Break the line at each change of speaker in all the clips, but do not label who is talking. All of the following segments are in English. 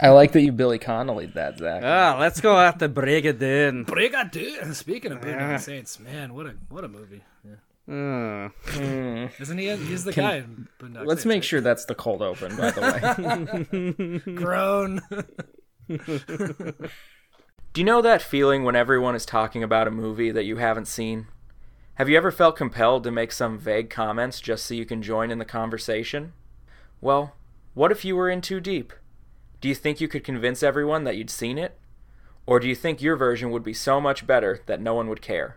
I like that you Billy Connolly that, Zach.
Ah, let's go after Brigadine.
Brigadoon. Speaking of Brigadoon Saints, man, what a what a movie. Yeah.
Hmm.
Mm.
Isn't he? He's the
Can-
guy. In Boondock
Let's
Saints,
make
right?
sure that's the cold open, by the way.
grown.
Do you know that feeling when everyone is talking about a movie that you haven't seen? Have you ever felt compelled to make some vague comments just so you can join in the conversation? Well, what if you were in too deep? Do you think you could convince everyone that you'd seen it? Or do you think your version would be so much better that no one would care?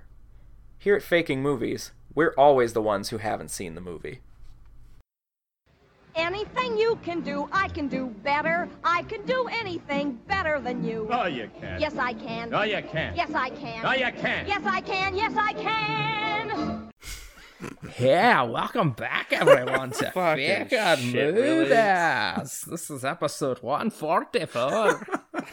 Here at Faking Movies, we're always the ones who haven't seen the movie.
Anything you can do, I can do better. I can do anything better than you.
No, you can't.
Yes, I can.
No, you can't.
Yes, I can.
No, you can't.
Yes, I can. Yes, I can.
yeah, welcome back, everyone, to
Fucking
Fake on
shit,
Movies.
really?
This is episode Um, 144.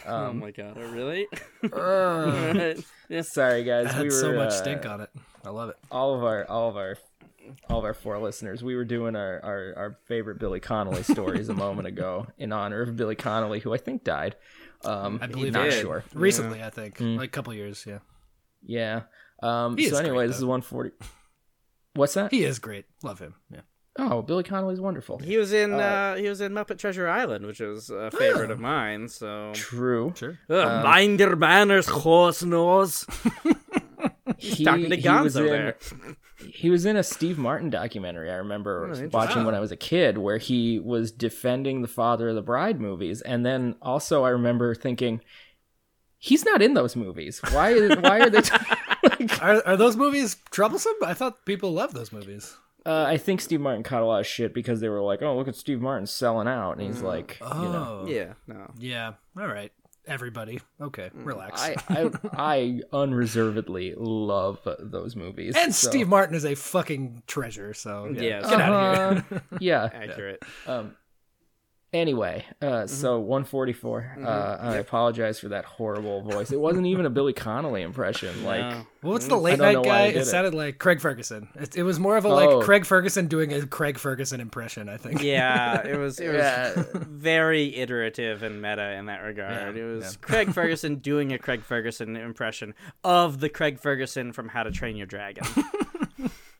oh my god, oh, really? yes.
uh, Sorry, guys.
It
we were
Oh had so much
uh,
stink on it. I love it.
all of our all of our all of our four listeners we were doing our our, our favorite billy connolly stories a moment ago in honor of billy connolly who i think died um
I believe
not
it.
sure
Recently, I think,
Mm.
like a couple years. Yeah,
yeah um
He
so
is
anyway
great,
this is
though.
140 what's that
he is great. Love him. Yeah.
oh billy connolly's wonderful
He was in uh, he was in Muppet Treasure Island, which was a favorite of mine. So
true Um,
Sure.
Ugh, mind your manners, horse nose.
he,
Talking to
he was
Gonzo
in-
there.
he was in a Steve Martin documentary. I remember watching
Ah.
when I was a kid, where he was defending the Father of the Bride movies, and then also I remember thinking, he's not in those movies. Why? Why are they? t- like,
Are are those movies troublesome? I thought people love those movies.
uh, I think Steve Martin caught a lot of shit because they were like, "Oh, look at Steve Martin selling out," and he's like,
Oh,
"You know."
Yeah, no.
yeah. All right, everybody. Okay, relax.
Mm, I, I I unreservedly love those movies.
and
so-
Steve Martin is a fucking treasure. So yeah.
Yes.
Get out of here.
Uh-huh. yeah.
Accurate.
Um. Anyway, uh, so 144. Uh, I apologize for that horrible voice. It wasn't even a Billy Connolly impression. Like,
No.
Well, what's the
Mm. I
late
don't know
night
why I
guy? It,
did it.
sounded like Craig Ferguson. It, it was more of a like
Oh.
Craig Ferguson doing a Craig Ferguson impression. I think.
Yeah, it was it was
Yeah.
very iterative and meta in that regard.
Yeah,
it was
yeah.
Craig Ferguson doing a Craig Ferguson impression of the Craig Ferguson from How to Train Your Dragon.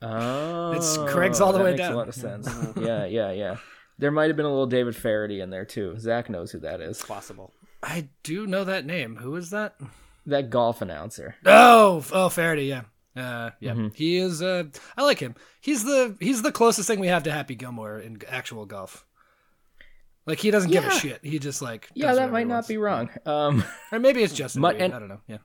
oh,
It's Craig's all the
that
way
makes
down.
A lot of sense. yeah, yeah, yeah. There might have been a little David Faraday in there too. Zach knows who that is.
Possible.
I do know that name. Who is that?
That golf announcer.
Oh, f- oh, Faraday. Yeah. Uh, yeah,
Mm-hmm.
he is. Uh, I like him. He's the he's the closest thing we have to Happy Gilmore in g- actual golf. Like he doesn't give
Yeah.
a shit. He just like
Yeah,
does
that
whatever
might
he
not
wants.
be wrong. Um,
Or maybe it's Justin.
Mu-
Reed.
and-
I don't know. Yeah,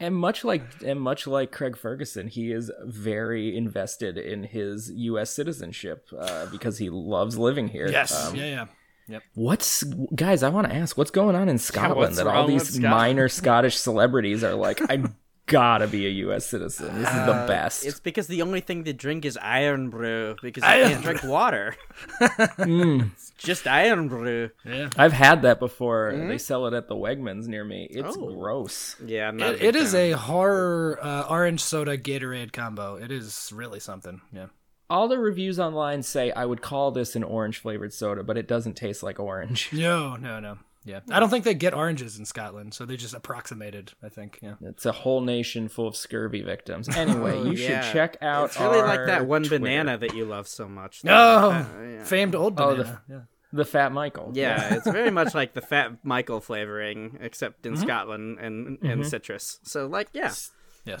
and much like and much like Craig Ferguson, he is very invested in his U.S. citizenship uh, because he loves living here.
yes,
Um,
yeah, yeah.
What's guys? I want to ask what's going on in Scotland
what's
that all
wrong with
these
Scotland?
minor Scottish celebrities are like, I gotta be a U.S. citizen. This is the best.
Uh, It's because the only thing they drink is iron brew because they
Iron
can't drink water. It's just iron brew.
I've had that before.
Mm-hmm.
They sell it at the Wegmans near me. It's
Oh.
gross.
Yeah, I'm not
It, it is a horror uh, orange soda Gatorade combo. It is really something. Yeah.
All the reviews online say I would call this an orange flavored soda, but it doesn't taste like orange.
No, no, no. Yeah. I don't think they get oranges in Scotland, so they just approximated, I think. Yeah.
It's a whole nation full of scurvy victims. Anyway, you should check out.
Oh, It's really
our
like that one
Twitter.
banana that you love so much. though. Uh,
No.
yeah.
Famed old
Oh,
banana.
the
yeah.
the Fat Michael.
Yeah, it's very much like the Fat Michael flavoring, except
Mm-hmm.
in Scotland and and citrus. So like, yeah,
Yes.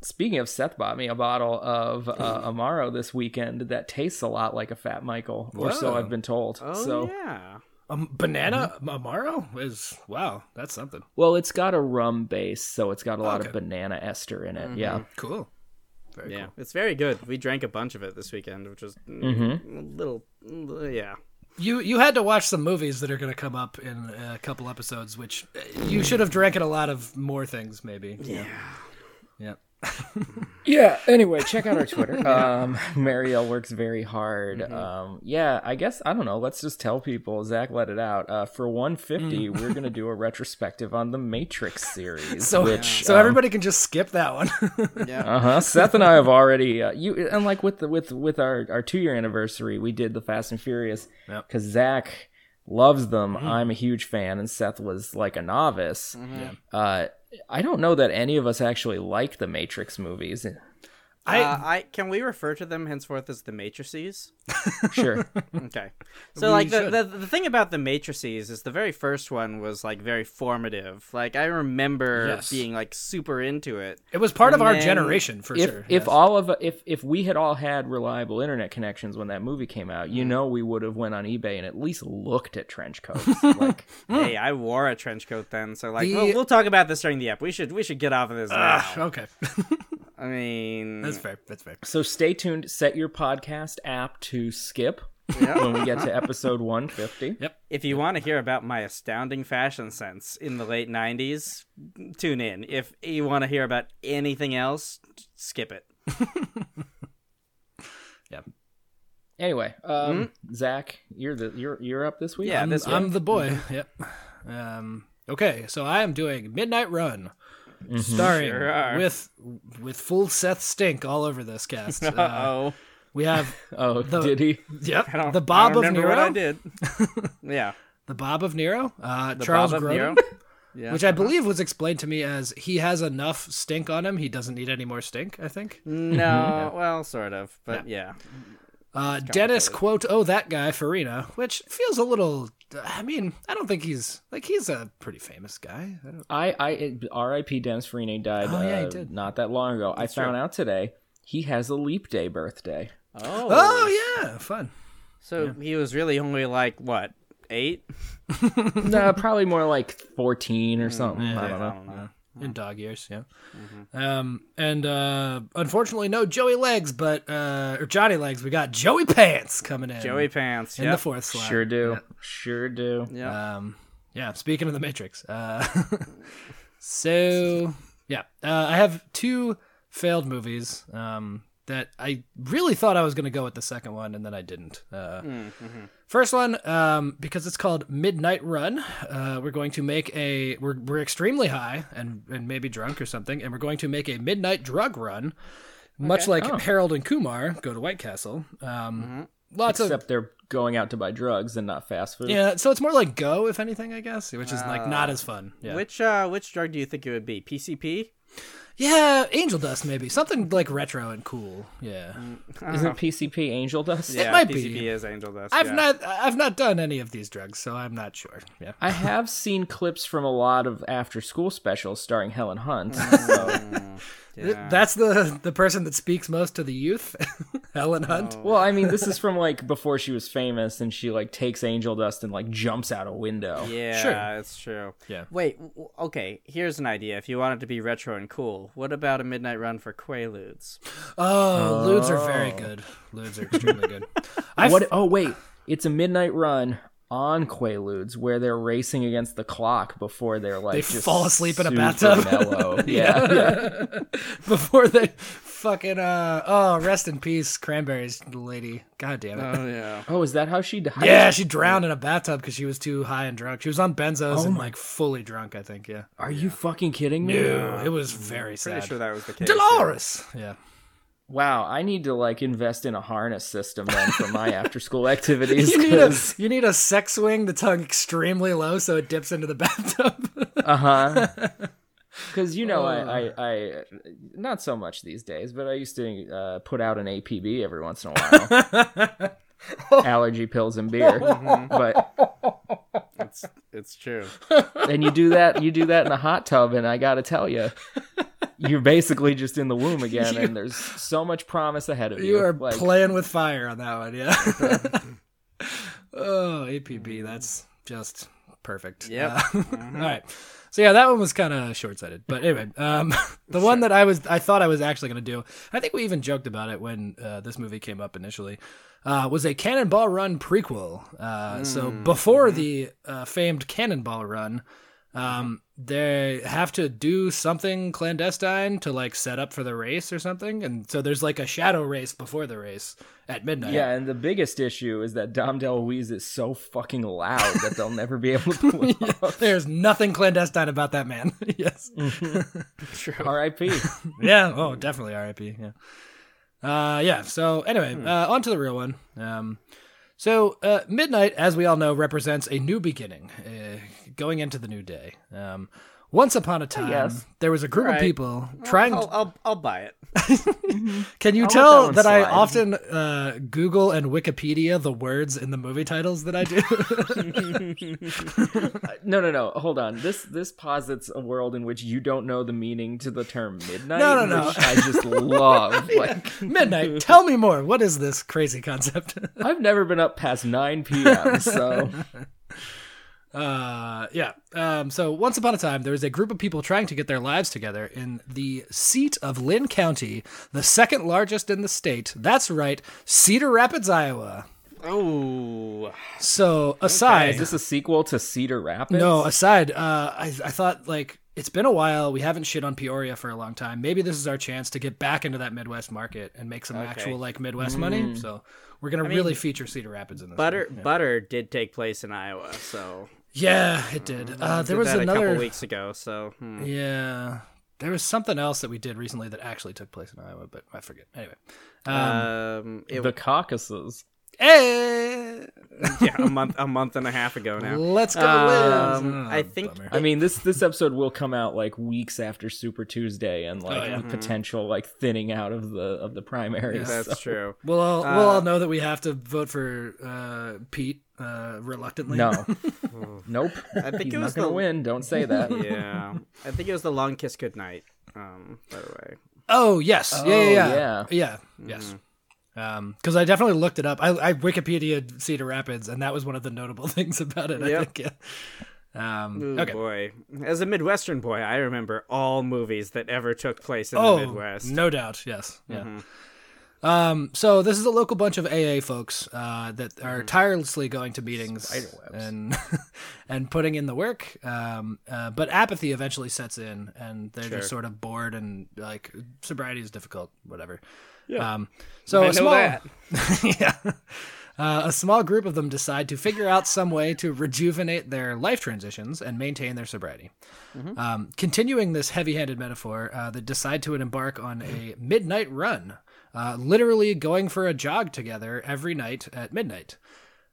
Speaking of, Seth bought me a bottle of uh, Amaro this weekend that tastes a lot like a Fat Michael, or so
Whoa.
I've been told.
oh
so,
yeah,
Um, banana
Mm-hmm.
Amaro is wow, that's something.
well, it's got a rum base, so it's got a lot of
Okay. Mm-hmm.
banana ester in it. Yeah,
Cool. Very
yeah, it's very good. We drank a bunch of it this weekend, which was mm,
Mm-hmm.
a little, mm, yeah.
cool. You you had to watch some movies that are going to come up in a couple episodes which uh, you should have drank at a lot of more things maybe. Yeah. Yeah.
yeah. Anyway, check out our Twitter. um, Marielle works very hard. Um, yeah, I guess I don't know. Let's just tell people. Zach let it out. Uh, for one fifty, we're gonna do a retrospective on the Matrix series.
So
which,
so
um,
everybody can just skip that one.
Uh huh. Seth and I have already uh, you and like with the with with our our two year anniversary, we did the Fast and Furious because Zach loves them. I'm a huge fan, and Seth was like a novice. Uh, I don't know that any of us actually like the Matrix movies.
I,
I
uh, I can we refer to them henceforth as the matrices?
Sure,
Okay. So
We
like the,
should.
the the thing about the matrices is the very first one was like very formative. Like I remember
Yes.
being like super into it.
it was part of our
And
generation for
if
sure.
if all of if if we had all had reliable internet connections when that movie came out, you know we would have went on eBay and at least looked at trench coats. like
Hey, I wore a trench coat then, so like
Hmm. The-
we'll, we'll talk about this during the app. We should we should get off of this
Ugh,
now.
okay,
I mean,
that's fair. That's fair.
so, stay tuned. Set your podcast app to skip
yeah.
when we get to episode 150.
if you want to hear about my astounding fashion sense in the late '90s, tune in. If you want to hear about anything else, skip it.
Anyway, um, Zach, you're the you're you're up this week.
Yeah,
I'm-
this
I'm the boy. yep. Um, okay, so I am doing Midnight Run, starring
Sure are.
with with full Seth Stink all over this cast. Uh,
Uh-oh.
we have
oh,
the-
did he?
yep
I don't,
the Bob
I don't
of
remember
Nero.
what I did. yeah.
The Bob of Nero. Uh,
The
Charles
Bob of
Grodin.
Nero. Yeah.
Which I believe was explained to me as he has enough stink on him, he doesn't need any more stink, I think.
No, well, sort of, but yeah.
Uh, Dennis, quote, oh, that guy, Farina, which feels a little. I mean, I don't think he's. Like, he's a pretty famous guy. I don't,
I I it- R.I.P. Dan Farina died.
Oh, yeah, he
uh,
did.
not that long ago. I found out today he has a leap day birthday.
Oh,
oh, yeah, fun.
so he was really only like what eight?
nah, Uh, probably more like 14 or something. I don't know.
In dog years, yeah. Um, and uh, unfortunately, no Joey Legs, but. Uh, or Johnny Legs, we got Joey Pants coming in.
Joey Pants.
In
Yeah.
the fourth slot.
Sure do. Sure do.
yeah.
Um, yeah, speaking of the Matrix. Uh, so, yeah, uh, I have two failed movies um, that I really thought I was going to go with the second one, and then I didn't. Uh, First one, um, because it's called Midnight Run, uh, we're going to make a. We're, we're extremely high and, and maybe drunk or something, and we're going to make a midnight drug run, much like Harold and Kumar go to White Castle. Um, Lots of
Except they're going out to buy drugs and not fast food.
yeah, so it's more like Go, if anything, I guess, which is like not as fun. Yeah.
Which uh, which drug do you think it would be? PCP.
yeah, Angel Dust maybe something like retro and cool. Yeah,
Isn't PCP angel dust?
Yeah,
might be.
PCP is angel dust.
I've
yeah.
not I've not done any of these drugs, so I'm not sure. Yeah,
I have seen clips from a lot of after school specials starring Helen Hunt.
Mm.
So.
Th- that's the the person that speaks most to the youth, Helen Hunt.
well, I mean, this is from like before she was famous and she like takes angel dust and like jumps out a window.
Yeah,
Sure.
it's true.
Yeah.
Wait. w- w- Okay. Here's an idea. If you want it to be retro and cool, what about a midnight run for Quaaludes?
Oh, lewds are very good. Lewds are extremely good. I
What? Oh, wait. It's a midnight run on Quaaludes where they're racing against the clock before they're like
They
just
fall asleep in a
super
bathtub.
mellow. yeah. yeah.
before they fucking uh oh rest in peace cranberries lady. God damn it.
Oh yeah.
Oh, is that how she died?
yeah, she drowned in a bathtub because she was too high and drunk. She was on benzos
Oh
and like fully drunk, I think. Yeah, Oh,
Are you fucking kidding me?
it was very sad.
Pretty sure that was the case.
Dolores. Yeah.
Wow, I need to like invest in a harness system then for my after school activities.
You need a
'cause-
you need a sex swing that's hung extremely low so it dips into the bathtub.
Uh-huh. Because you know, I, I, I, not so much these days, but I used to uh, put out an APB every once in a while. Allergy pills and beer, but
It's it's true.
and you do that, you do that in a hot tub, and I gotta tell you, you're basically just in the womb again, and there's so much promise ahead of you.
you are
Like,
playing with fire on that one, yeah. oh, APB, that's just perfect.
Yep.
Uh,
Mm-hmm.
all right. So yeah, that one was kind of short-sighted. But anyway, um, the one that I was I thought I was actually going to do, I think we even joked about it when uh, this movie came up initially, uh, was a Cannonball Run prequel. Uh, So
Mm,
before
mm-hmm.
the uh, famed Cannonball Run, um, they have to do something clandestine to like set up for the race or something, and so there's like a shadow race before the race at midnight.
yeah, and the biggest issue is that Dom DeLuise is so fucking loud that they'll never be able to pull it off.
There's nothing clandestine about that man. yes.
R.I.P.
Yeah. Oh, definitely R.I.P. Yeah. Uh, yeah. So anyway, uh, on to the real one. Um, So, uh, midnight, as we all know, represents a new beginning, uh, going into the new day. Um, once upon a time,
guess.
there was a group of
Alright.
people trying.
I'll, I'll, I'll buy it.
Can
I'll let
you
that
tell
one
that, I
slide.
often uh, Google and Wikipedia the words in the movie titles that I do?
No, no, no. Hold on. This this posits a world in which you don't know the meaning to the term midnight.
No, no, no.
Which I just love. Like
midnight. Tell me more. What is this crazy concept?
I've never been up past nine p.m. So
Uh, yeah. Um, so once upon a time, there was a group of people trying to get their lives together in the seat of Lynn County, the second largest in the state. That's right, Cedar Rapids, Iowa.
Oh,
So aside,
is this a sequel to Cedar Rapids?
no, aside, uh, I, I thought like it's been a while. We haven't shit on Peoria for a long time. Maybe this is our chance to get back into that Midwest market and make some actual like Midwest money. So we're gonna really feature Cedar Rapids in this.
Hmm. butter
one.
butter did take place in Iowa, so
Yeah, it did. Uh, there
Hmm, did
was
that a
another.
couple weeks ago. So hmm.
Yeah. There was something else that we did recently that actually took place in Iowa, but I forget. Anyway. Um,
um, it,
the Caucasus.
eh,
yeah, a month a month and a half ago now.
let's go, Liz.
Um,
Oh,
I think
bummer.
I mean this this episode will come out like weeks after Super Tuesday and
Oh,
like
Mm-hmm.
the potential like thinning out of the of the primaries.
that's true.
We'll all, we'll
uh,
all know that we have to vote for uh, Pete uh, reluctantly.
No. nope. I
think
He's
it
not
was
gonna
the-
win. Don't say that.
Yeah, I think it was the long kiss goodnight. Um, by the way,
Oh, yes. yeah, yeah,
Oh,
yeah.
yeah.
Yeah,
Mm-hmm.
yes. Because I definitely looked it up. I, I Wikipedia Cedar Rapids, and that was one of the notable things about it, I
Yep.
think. Yeah. Um,
Ooh,
okay.
boy, as a Midwestern boy, I remember all movies that ever took place in the Midwest.
Oh,
Mm-hmm.
No doubt, yes. Yeah. Um, so this is a local bunch of AA folks uh, that are
Mm-hmm.
tirelessly going to meetings and and putting in the work. Um, uh, but apathy eventually sets in, and they're just sort of bored and like sobriety is difficult, whatever. Yeah. Um, so
I
a
know
small,
that.
yeah. Uh, a small group of them decide to figure out some way to rejuvenate their life transitions and maintain their sobriety.
Mm-hmm.
Um, continuing this heavy-handed metaphor, uh, they decide to embark on a midnight run, uh, literally going for a jog together every night at midnight.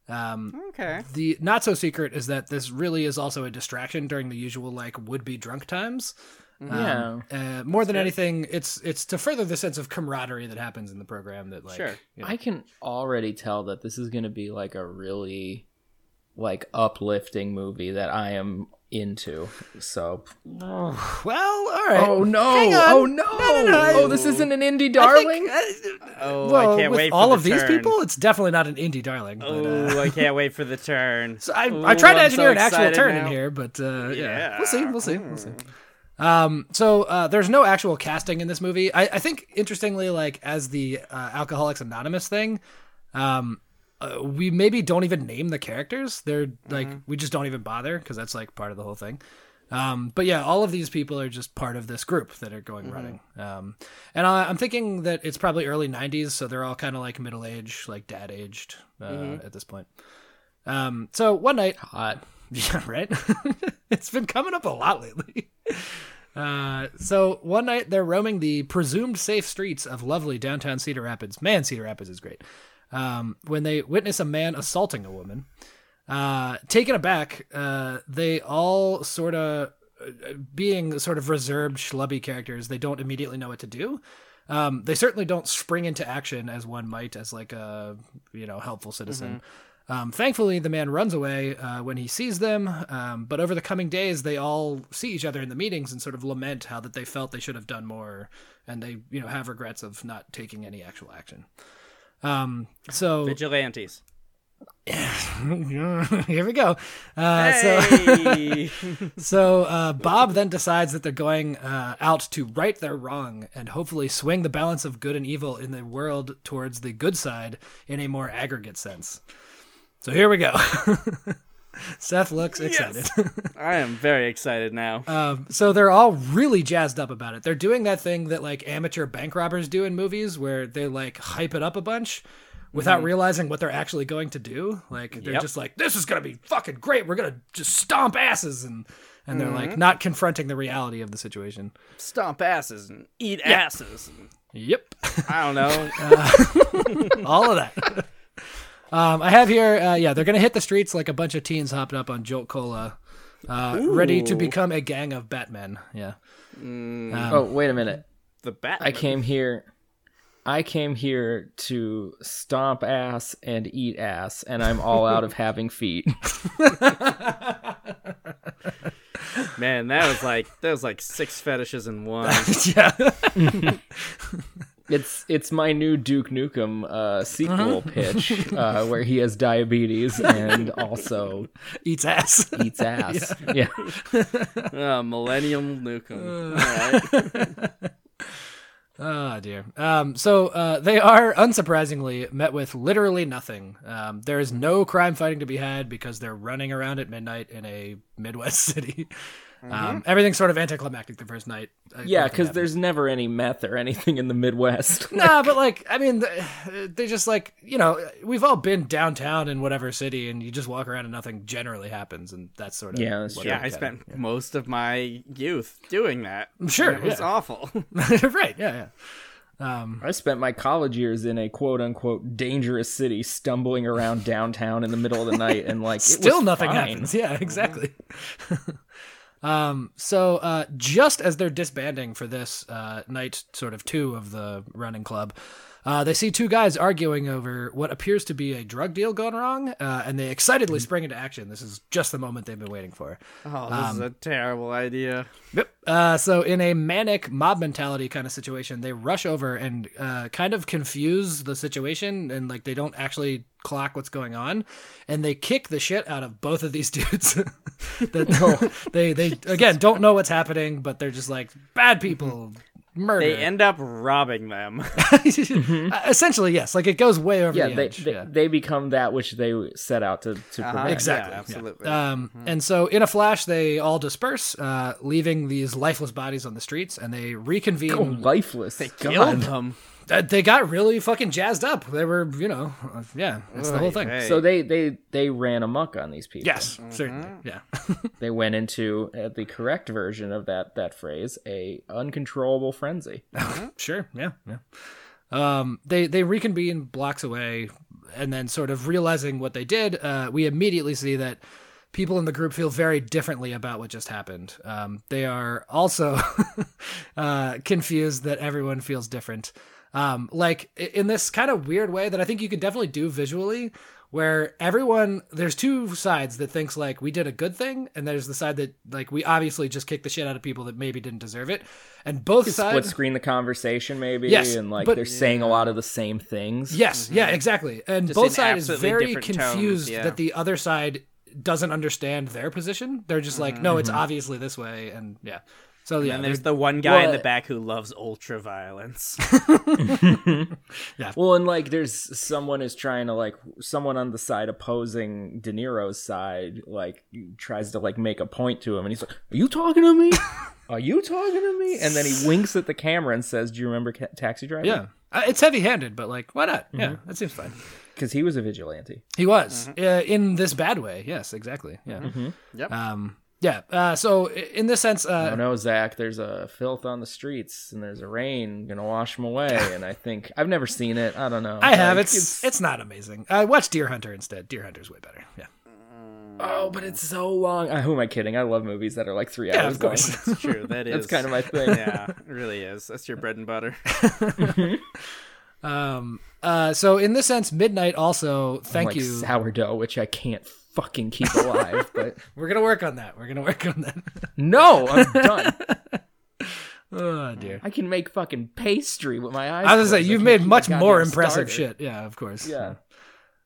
Um,
Okay.
The not so secret is that this really is also a distraction during the usual like would-be drunk times.
Yeah.
Uh, more than anything, it's it's to further the sense of camaraderie that happens in the program. That like,
Sure.
you know-
I can already tell that this is going to be like a really like uplifting movie that I am into. So
well, all right.
no.
Hang on.
Oh no.
No, no, no.
Oh, this isn't an indie darling.
Oh,
uh, well,
I can't
with
wait. For
all
the
of these
turn.
people, it's definitely not an indie darling. But, uh,
Oh, I can't wait for the turn.
so I,
Ooh,
I tried to
I'm
engineer
so
an actual
excited
turn
now.
in here, but uh, yeah.
Yeah.
we'll see, we'll see, we'll see. Um, so uh, there's no actual casting in this movie. I, I think interestingly, like as the uh, Alcoholics Anonymous thing, um, uh, we maybe don't even name the characters. They're like we just don't even bother because that's like part of the whole thing. Um, but yeah, all of these people are just part of this group that are going running. Um, and I, I'm thinking that it's probably early 90s, so they're all kind of like middle aged, like dad aged uh, at this point. Um, so one night,
Hot.
yeah, right? it's been coming up a lot lately. Uh, so one night they're roaming the presumed safe streets of lovely downtown Cedar Rapids. Man, Cedar Rapids is great. Um, when they witness a man assaulting a woman, uh, taken aback, uh, they all sort of being sort of reserved schlubby characters, they don't immediately know what to do. Um, they certainly don't spring into action as one might as like a you know helpful citizen. Um, thankfully, the man runs away uh, when he sees them. Um, but over the coming days, they all see each other in the meetings and sort of lament how that they felt they should have done more, and they you know have regrets of not taking any actual action. Um, so
Vigilantes.
here we go. Uh, So.
Hey!
So uh, Bob then decides that they're going uh, out to right their wrong and hopefully swing the balance of good and evil in the world towards the good side in a more aggregate sense. So here we go. Seth looks excited.
I am very excited now.
um, so they're all really jazzed up about it. They're doing that thing that like amateur bank robbers do in movies where they like hype it up a bunch without realizing what they're actually going to do. Like they're
Mm-hmm. Yep.
just like, this is gonna be fucking great. We're gonna just stomp asses and and they're
Mm-hmm.
like not confronting the reality of the situation.
Stomp asses and eat asses. And,
Yep.
I don't know.
all of that. Um, I have here, uh, yeah, they're going to hit the streets like a bunch of teens hopped up on Jolt Cola, uh, ready to
Ooh.
become a gang of Batmen. Yeah. Um,
oh, wait a minute.
The bat.
I came here. I came here to stomp ass and eat ass, and I'm all out of having feet.
Man, that was like that was like six fetishes in one.
yeah.
It's it's my new Duke Nukem uh, sequel pitch, uh, where he has diabetes and also
Eats ass.
eats ass. Yeah,
Uh, Millennium Nukem. All right.
Oh dear. Um, so uh, they are unsurprisingly met with literally nothing. Um, there is no crime fighting to be had because they're running around at midnight in a Midwest city. Um, everything's sort of anticlimactic the first night. Uh,
yeah,
nothing
because
happens.
there's never any meth or anything in the Midwest.
nah, but like, I mean, th- they just like, you know, we've all been downtown in whatever city, and you just walk around and nothing generally happens, and that's sort of
Yeah, that's
what
true.
Yeah,
I'm
I
getting.
spent most of my youth doing that.
sure,
And it was
yeah.
awful. Oh,
right. Yeah, yeah. Um,
I spent my college years in a quote unquote dangerous city, stumbling around downtown in the middle of the night, and like it was
still nothing
fine. Mm-hmm.
happens. Yeah, exactly. um, so uh, just as they're disbanding for this uh, night, sort of two of the running club, uh, they see two guys arguing over what appears to be a drug deal gone wrong, uh, and they excitedly
Mm-hmm.
spring into action. This is just the moment they've been waiting for.
Oh, this is a terrible idea.
Yep. Uh, so, in a manic mob mentality kind of situation, they rush over and uh, kind of confuse the situation, and like they don't actually clock what's going on, and they kick the shit out of both of these dudes. that they they again don't know what's happening, but they're just like bad people, murder.
They end up robbing them.
Uh, Essentially, yes. Like it goes way over
Yeah,
the
they
edge.
they,
yeah.
they become that which they set out to to prevent.
Yeah,
Exactly, yeah.
absolutely.
Um, And so, in a flash, they all disperse, uh, leaving these lifeless bodies on the streets, and they reconvene.
Oh, lifeless. God.
Killed them.
Uh, they got really fucking jazzed up. They were, you know, uh, yeah, that's the whole thing.
Hey,
So they they they ran amok on these people.
Yes, certainly. Yeah.
they went into uh, the correct version of that that phrase, a uncontrollable frenzy.
sure. Yeah. Yeah. Um, they they reconvene blocks away, and then sort of realizing what they did, uh, we immediately see that people in the group feel very differently about what just happened. Um, they are also uh, confused that everyone feels different. Um, like i- in this kind of weird way that I think you could definitely do visually, where everyone there's two sides that thinks like we did a good thing, and there's the side that like we obviously just kicked the shit out of people that maybe didn't deserve it, and both
Split
sides
screen the conversation maybe
Yes,
and like
but-
they're saying a lot of the same things.
Yes, yeah, exactly.
Mm-hmm.
And
Just
both
in
sides is
absolutely
very
different tones,
confused
yeah.
that the other side doesn't understand their position. They're just like, no, it's obviously this way, and yeah. So yeah,
Mm-hmm. and
there's
there's the one guy in the
What?
back who loves ultra violence.
Well, and like there's someone is trying to like someone on the side opposing De Niro's side like tries to like make a point to him and he's like, "Are you talking to me?" Are you talking to me? And then he winks at the camera and says, "Do you remember ca- Taxi Driver?"
yeah. Mm-hmm. Uh, it's heavy-handed, but like, why not? Yeah, that seems fine.
because he was a vigilante.
He was uh, in this bad way. Yes, exactly. Yeah.
Mm-hmm. Yep.
Um. Yeah. Uh, so i- in this sense,
oh
uh,
no zach there's a filth on the streets and there's a rain gonna wash them away and i think i've never seen it i don't know
I have.
Like,
It's, it's not amazing. I watched Deer Hunter instead. Deer Hunter's way better. Yeah.
oh but it's so long uh, who am i kidding i love movies that are like three
Yeah,
hours
of course.
long.
It's true. That is
that's kind of my thing
yeah, it really is. That's your bread and butter.
um. Uh. So in this sense, Midnight also. Thank
like
you.
sourdough which i can't fucking keep alive but
We're gonna work on that. We're gonna work on that.
no i'm done
Oh dear.
Mm.
i can make fucking pastry with my eyes
I was gonna
closed.
say you've
can
made
keep
much
a
more
goddamn
impressive
starter.
shit. Yeah, of course.
yeah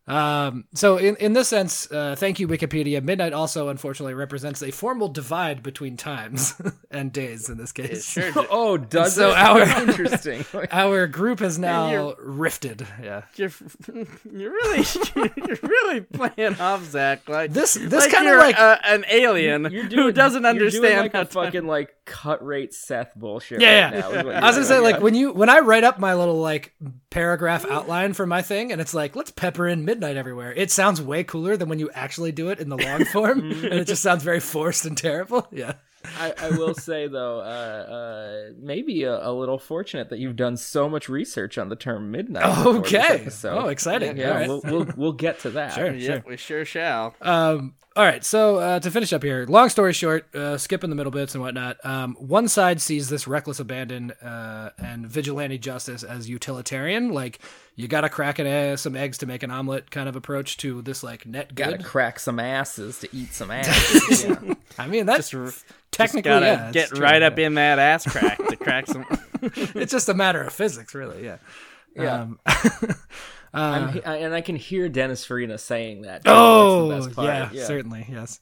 Um. So in in this sense, uh, thank you Wikipedia. Midnight also unfortunately represents a formal divide between times and days in this
It
case.
sure do.
oh does
So
it?
our-
interesting
Our group is now
you're-
rifted. Yeah.
You're, you're really you're really playing off Zach like
This- this
like
kinda
you're,
like-
uh, an alien who doesn't
you're
understand
doing like
how
a fucking like cut rate seth bullshit
Yeah,
right
yeah.
now, is what
I was
you're
gonna say
doing.
like when you when I write up my little like paragraph outline for my thing, and it's like let's pepper in midnight everywhere. It sounds way cooler than when you actually do it in the long form, and it just sounds very forced and terrible. Yeah.
I, I will say though, uh, uh, maybe a, a little fortunate that you've done so much research on the term midnight. before this
Okay.
episode.
Oh, exciting.
yeah,
All right.
we'll, we'll we'll get to that.
Sure.
Yep, we sure shall.
Um, all right, so uh, to finish up here, long story short, uh, skipping the middle bits and whatnot. Um, one side sees this reckless abandon uh, and vigilante justice as utilitarian, like you got to crack an egg, some eggs to make an omelet kind of approach to this like net good.
Gotta crack some asses to eat some asses. yeah.
I mean, that's
Just
technically
gotta
yeah,
get
it's
right up in that ass crack to crack some.
true. It's just a matter of physics, really. Yeah.
Yeah.
Um,
I'm he- I, and I can hear Dennis Farina saying that. too.
Oh,
That's the best part.
yeah, certainly, yes.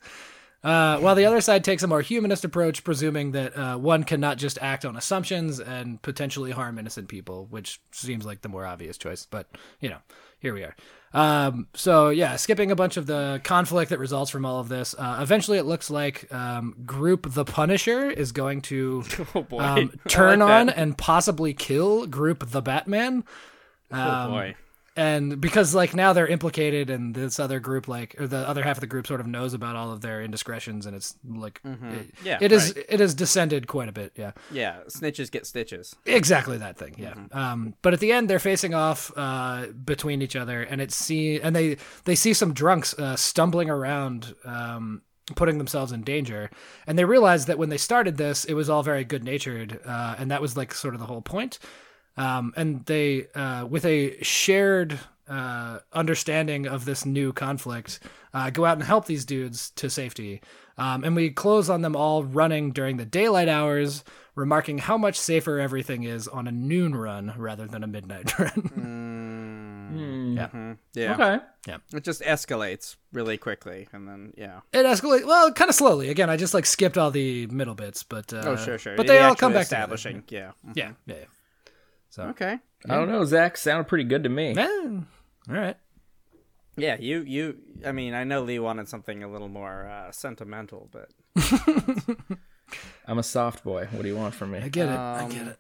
Uh, while the other side takes a more humanist approach, presuming that uh, one cannot just act on assumptions and potentially harm innocent people, which seems like the more obvious choice. But you know, here we are. Um, so yeah, skipping a bunch of the conflict that results from all of this. Uh, eventually, it looks like um, Group the Punisher is going to
Oh boy!
um,
I
turn
like
on
that.
and possibly kill Group the Batman um,
Oh boy!
and because like now they're implicated and this other group like or the other half of the group sort of knows about all of their indiscretions and it's like it-
Yeah,
it is it has descended quite a bit yeah
Yeah, snitches get stitches.
exactly that thing yeah um but at the end they're facing off uh between each other and it see and they they see some drunks uh, stumbling around um putting themselves in danger and they realize that when they started this it was all very good natured uh and that was like sort of the whole point um, and they uh, with a shared uh, understanding of this new conflict uh, go out and help these dudes to safety um, and we close on them all running during the daylight hours remarking how much safer everything is on a noon run rather than a midnight
Hmm.
run
Mm-hmm. Yeah,
Okay.
it just escalates really quickly, and then yeah.
it escalates well kind of slowly again i just like skipped all the middle bits but uh,
oh sure, sure.
but
The
they all come
actual
back
establishing.
together.
Yeah.
yeah yeah, yeah.
Okay.
I don't know. Zach sounded pretty good to me.
Man. Eh, all right
Yeah, you you. I mean, I know Lee wanted something a little more uh, sentimental, but
I'm a soft boy. What do you want from
i
me?
get it i
Um,
get it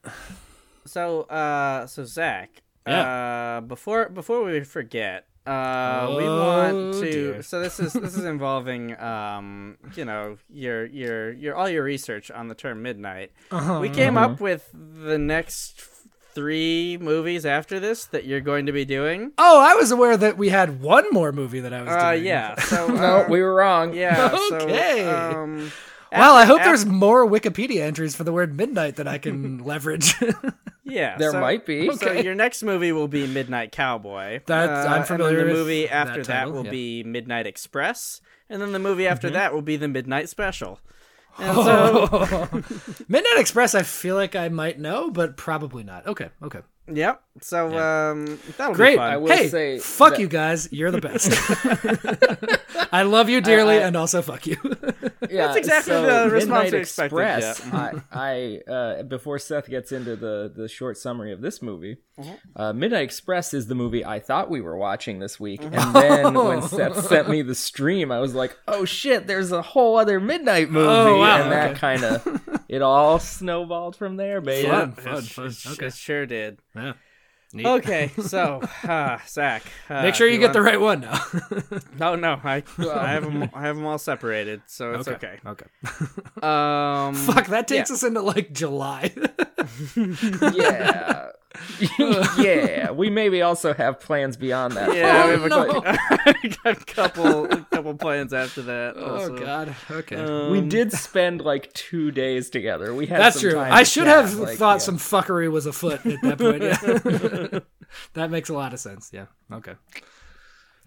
So, uh, so Zach, uh, before before we forget, uh, we want
Oh,
to.
dear.
So this is this is involving, um, you know, your your your all your research on the term midnight.
Uh-huh.
We came up
Mm-hmm.
with the next three movies after this that you're going to be doing.
oh i was aware that we had one more movie that i was
Uh,
doing
yeah. So
No,
uh,
we were wrong.
yeah.
Okay.
So, um,
Well, I hope
after-
there's more Wikipedia entries for the word midnight that I can leverage.
yeah.
There
so-
might be.
So your next movie will be Midnight Cowboy. Uh,
That's- I'm
and then
familiar
the
with
movie
that
after that,
title,
will
yeah. Mm-hmm.
be Midnight Express, and then the movie after that will be the Midnight Special. And
Oh.
so,
midnight Express, I feel like I might know, but probably not. Okay, okay.
yep. So um, that'll
Great.
be fun.
I will
hey,
say
fuck
that-
you guys. You're the best. I love you dearly,
I-
and also fuck you.
Yeah,
That's exactly
so
the response
Midnight
we expected,
Express.
Mm-hmm.
I, I uh, before Seth gets into the the short summary of this movie,
Mm-hmm.
uh, Midnight Express is the movie I thought we were watching this week,
Mm-hmm.
and then when Seth sent me the stream, I was like, "Oh shit, there's a whole other Midnight movie,"
Oh, wow,
and that
okay.
kind of it all snowballed from there, baby.
Fun,
It
fun,
sh-
fun.
sh-
Okay.
It sure did.
Yeah. Neat.
Okay, so uh, Zach, uh,
Make sure
if
you get the
want-
right one now.
No, no, I, I have them. I have them all separated, so it's okay.
Okay.
Um,
Fuck, that takes us into like July.
Yeah. yeah, we maybe also have plans beyond that.
Yeah, we have a,
Oh, no.
cou- a couple, a couple plans after that.
oh
also. Um,
God. Okay.
Uh,
We did spend like two days together. We had
Um, That's
some
true.
time
I
to
should
chat,
have
like,
thought
yeah.
some fuckery was afoot at that point. Yeah. that makes a lot of sense. Yeah. Okay.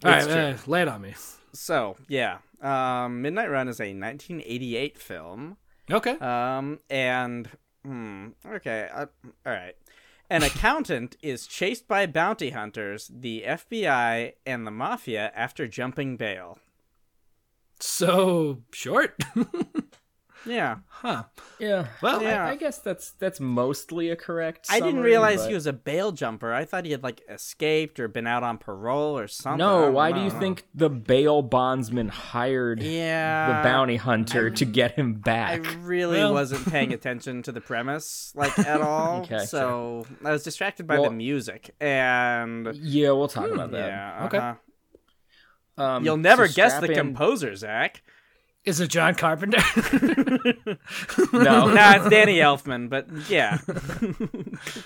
All right, uh, lay it on me.
So yeah, um, Midnight Run is a 1988 film,
Okay.
um, and hmm, okay, uh, all right. An accountant is chased by bounty hunters, the FBI, and the mafia after jumping bail.
so short.
Yeah,
huh.
Yeah.
Well,
Yeah.
I guess that's that's mostly a correct.
I didn't
summary,
realize
but-
he was a bail jumper. I thought he had like escaped or been out on parole or something. I
No,
don't
why do you
know.
think the bail bondsman hired the
Yeah,
bounty hunter to get him
I
back?
really
Well-
wasn't paying attention to the premise like at all.
Okay,
so I was distracted by
Well-
the music and
yeah, we'll talk about that.
yeah.
Okay.
uh-huh.
Um,
You'll never
so
guess
strap
the
in-
composer, Zach.
Is it John Carpenter?
Oh.
No.
nah, it's Danny Elfman, but yeah,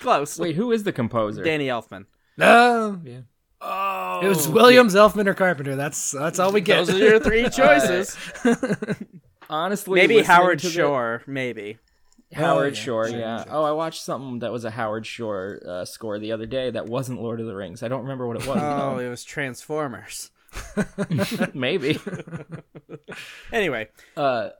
close.
Wait, who is the composer?
Danny Elfman.
no.
Yeah.
Oh. It was Williams, Elfman, or Carpenter. That's that's all we get.
Those are your three choices.
Honestly,
maybe
listening
Howard
to the-
Shore. Maybe.
Howard
Oh, yeah.
Shore,
Sure,
yeah.
sure.
Oh, I watched something that was a Howard Shore uh, score the other day that wasn't Lord of the Rings. I don't remember what it was.
Oh, it was Transformers. Oh.
though. Maybe.
Anyway,
Uh,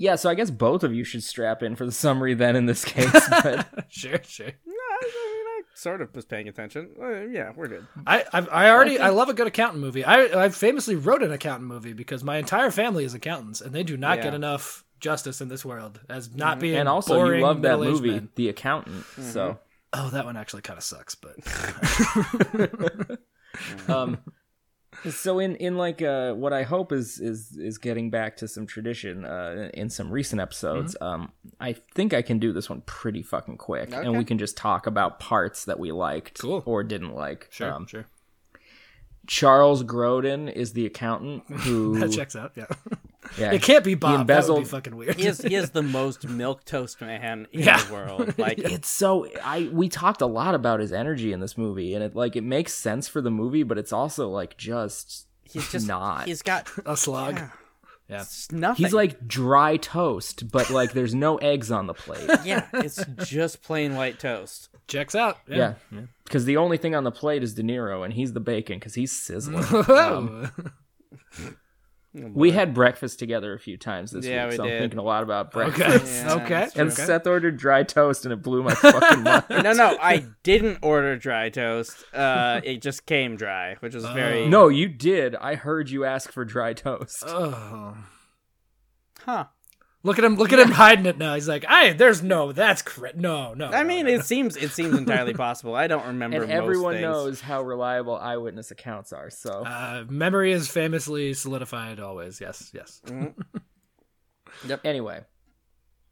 yeah, so I guess both of you should strap in for the summary then in this case. But
sure, sure.
I, I mean, I sort of was paying attention. Uh, yeah, we're good.
I I, I already I love a good accountant movie. I I famously wrote an accountant movie because my entire family is accountants and they do not
Yeah. Mm-hmm.
get enough justice in this world as not being
and also,
boring
you love that
middle-aged
movie,
men.
The Accountant. So,
Oh, that one actually kind of sucks, but
um, so in in like uh, what I hope is is is getting back to some tradition uh, in some recent episodes. Um, I think I can do this one pretty fucking quick, and we can just talk about parts that we liked
Cool.
or didn't like. Um,
sure.
Charles Groden is the accountant who
That checks out. Yeah,
yeah,
it can't be Bob. That would
embezzled-
be fucking weird.
He is, he is the most milk toast man in
Yeah.
the world. Like
it's so I we talked a lot about his energy in this movie, and it like it makes sense for the movie, but it's also like just
he's just
not.
He's got
a slug.
it's nothing.
he's like dry toast, but like there's no eggs on the plate.
yeah, it's just plain white toast.
Checks out.
Yeah, because the only thing on the plate is De Niro, and he's the bacon because he's sizzling.
Mm.
Whoa.
Um, we had breakfast together a few times this
Yeah,
week,
we
so
did.
I'm thinking a lot about breakfast.
okay.
Yeah,
okay.
that's
And
okay.
Seth ordered dry toast, and it blew my fucking mind.
No, no, I didn't order dry toast. Uh, it just came dry, which was very
Oh. No, you did. I heard you ask for dry toast.
Oh.
Huh.
Look at him! Look at him hiding it now. He's like, "I there's no. That's cra- no, no."
I mean,
no,
it seems it seems entirely possible. I don't remember.
and
most
everyone
things.
knows how reliable eyewitness accounts are. So
no. Uh, memory is famously solidified always. Yes, yes.
Mm. anyway,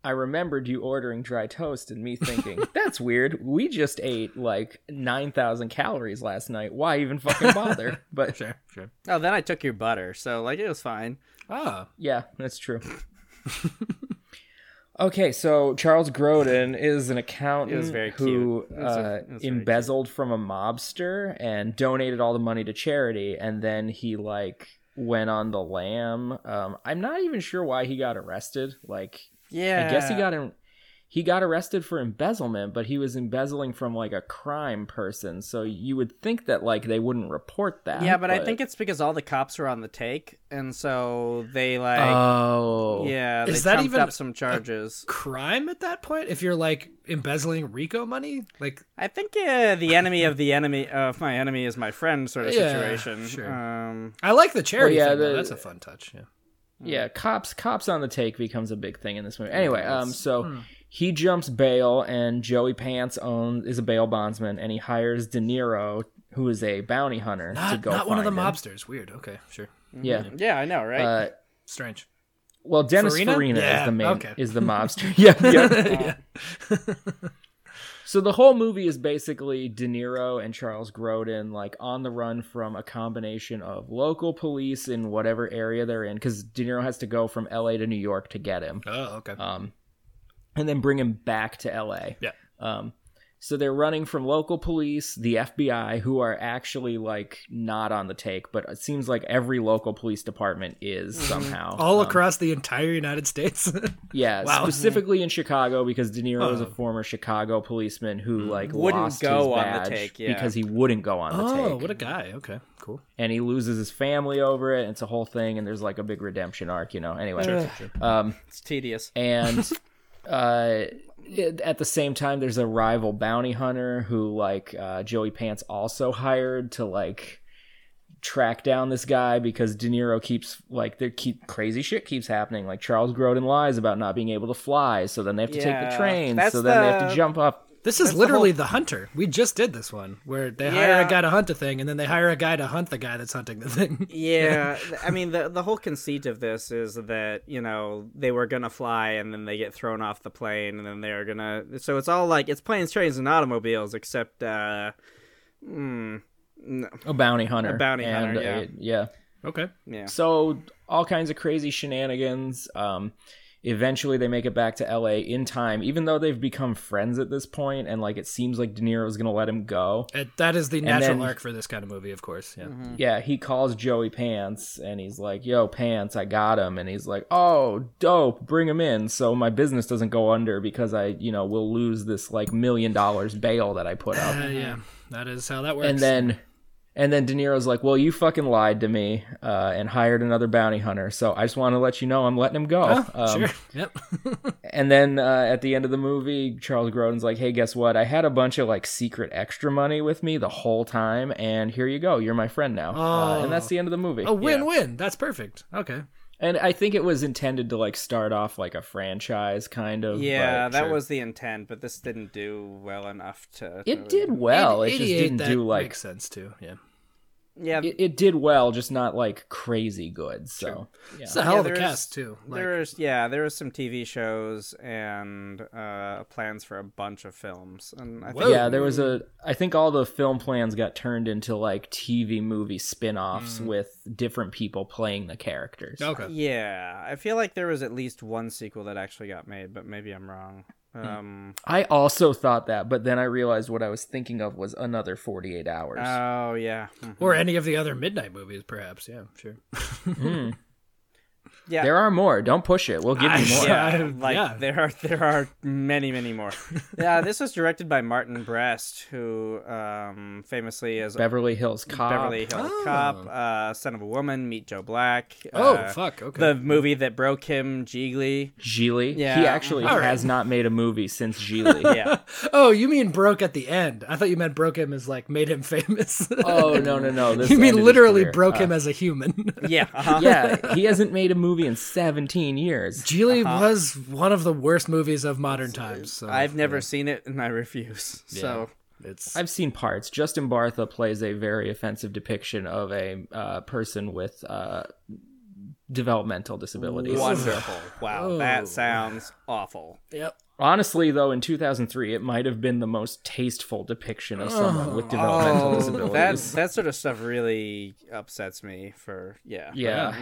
I remembered you ordering dry toast and me thinking, that's weird. We just ate like 9,000 calories last night. Why even fucking bother? But
Sure, sure.
Oh, then I took your butter, so like it was fine.
Oh,
yeah, that's true. okay, so Charles Grodin is an
It
accountant
was very
who
cute. It was a-
uh,
it was very
embezzled from a mobster and donated all the money to charity, and then he like went on the lam. Um, I'm not even sure why he got arrested. Like
Yeah,
I guess he got in, he got arrested for embezzlement, but he was embezzling from like a crime person. So you would think that like they wouldn't report that.
Yeah, but, I think it's because all the cops were on the take, and so they like
oh
yeah, they
Is that
trumped
even
up some charges.
crime at that point? If you're like embezzling Rico money, like
I think uh, the enemy of the enemy of my enemy is my friend sort of
Yeah,
situation.
sure.
Um,
I like the charity.
Well, yeah,
thing, though.
the-
that's a fun touch. Yeah.
yeah. Cops cops on the take becomes a big thing in this movie. Anyway, um, so. He jumps bail, and Joey Pants own is a bail bondsman, and he hires De Niro, who is a bounty hunter, to
Not,
go.
not one of the
find him.
mobsters. Weird. Okay, sure.
Yeah.
yeah, I know, right?
Uh,
Strange.
well, Dennis
Farina?
Farina,
Yeah,
is the main
okay.
is the mobster. yeah, yeah. So the whole movie is basically De Niro and Charles Grodin like on the run from a combination of local police in whatever area they're in cuz De Niro has to go from LA to New York to get him
Oh, okay.
um, and then bring him back to LA.
Yeah.
Um, so they're running from local police, the FBI, who are actually like not on the take, but it seems like every local police department is somehow
All
Um,
across the entire United States.
yeah,
Wow.
specifically in Chicago because De Niro is a
Oh.
former Chicago policeman who like
Mm. Wouldn't
lost
go
his
on the
badge
take, yeah.
because he wouldn't go on the
oh,
take,
what a guy. Okay, cool.
and he loses his family over it. And it's a whole thing, and there's like a big redemption arc, you know. Anyway, um,
it's tedious.
and uh, it- at the same time, there's a rival bounty hunter who like uh, Joey Pants also hired to like track down this guy because De Niro keeps like they keep crazy shit keeps happening. Like Charles Grodin lies about not being able to fly, so then they have to take
Yeah,
the train,
that's
so then they have
the-
to jump up.
This is literally the, hunter. We just did this one where they hire
Yeah.
a guy to hunt a thing, and then they hire a guy to hunt the guy that's hunting the thing.
Yeah, th- I mean the the whole conceit of this is that you know they were gonna fly and then they get thrown off the plane and then they're gonna so it's all like it's planes, trains, and automobiles except uh, hmm,
A bounty hunter,
bounty
and
hunter,
a- yeah.
Okay.
Yeah.
So all kinds of crazy shenanigans. Um, eventually, they make it back to L.A. in time, even though they've become friends at this point, and like it seems like De Niro's gonna let him go.
It, that is the natural
then-
arc for this kind of movie, of course. Yeah.
Mm-hmm.
Yeah, he calls Joey Pants, and he's like, "Yo, Pants, I got him." And he's like, "Oh, dope, bring him in, so my business doesn't go under because I, you know, will lose this like million dollars bail that I put up."
Uh, yeah.
Mm-hmm.
That is how that works.
and then and then De Niro's like, "Well, you fucking lied to me uh, and hired another bounty hunter, so I just want to let you know I'm letting him go." um,
sure. Yep.
And then uh, at the end of the movie, Charles Grodin's like, "Hey, guess what? I had a bunch of like secret extra money with me the whole time, and here you go. You're my friend now." Uh, and that's the end of the movie.
A win-win. That's perfect. Okay.
And I think it was intended to like start off like a franchise kind of.
Yeah,
but
that
sure.
was the intent, but this didn't do well enough to. to
It
really-
did well. It just
88,
didn't
that
do like
makes sense too. Yeah.
Yeah,
it, it did well, just not like crazy good. So.
It's a hell
Yeah,
of a
there's-
cast too. Like,
there's yeah, there was some TV shows and uh, plans for a bunch of films, and I think
Yeah, there was a. I think all the film plans got turned into like TV movie spin offs with different people playing the characters.
okay.
yeah, I feel like there was at least one sequel that actually got made, but maybe I'm wrong. Um,
I also thought that, but then I realized what I was thinking of was another 48 hours.
Uh,
oh yeah, Mhm.
Or any of the other midnight movies, perhaps. Yeah. Sure.
yeah.
there are more. Don't push it. We'll give you more.
yeah, like
yeah.
there are there are many many more. yeah, this was directed by Martin Brest, who um, famously is
Beverly Hills Cop.
Beverly Hills Cop, uh, Son of a Woman, Meet Joe Black.
Oh
uh,
fuck. Okay.
The movie that broke him, Jiggly.
Geely.
Yeah.
He actually
All right.
has not made a movie since Geely.
Yeah.
oh, you mean broke at the end? I thought you meant broke him as like made him famous.
Oh, no, no, no. This
you mean
ended his
literally
career. Uh.
broke him as a human?
Yeah. Uh-huh.
Yeah, he hasn't made a movie in 17 years.
Geely
Uh-huh.
was one of the worst movies of modern times. So
I've never seen it and I refuse. So
It's
I've seen parts. Justin Bartha plays a very offensive depiction of a uh, person with uh, developmental disabilities.
wonderful. wow. That sounds awful.
yep.
Honestly, though, in 2003, it might have been the most tasteful depiction of someone
Oh.
with developmental disabilities.
that, that sort of stuff really upsets me for, yeah.
yeah.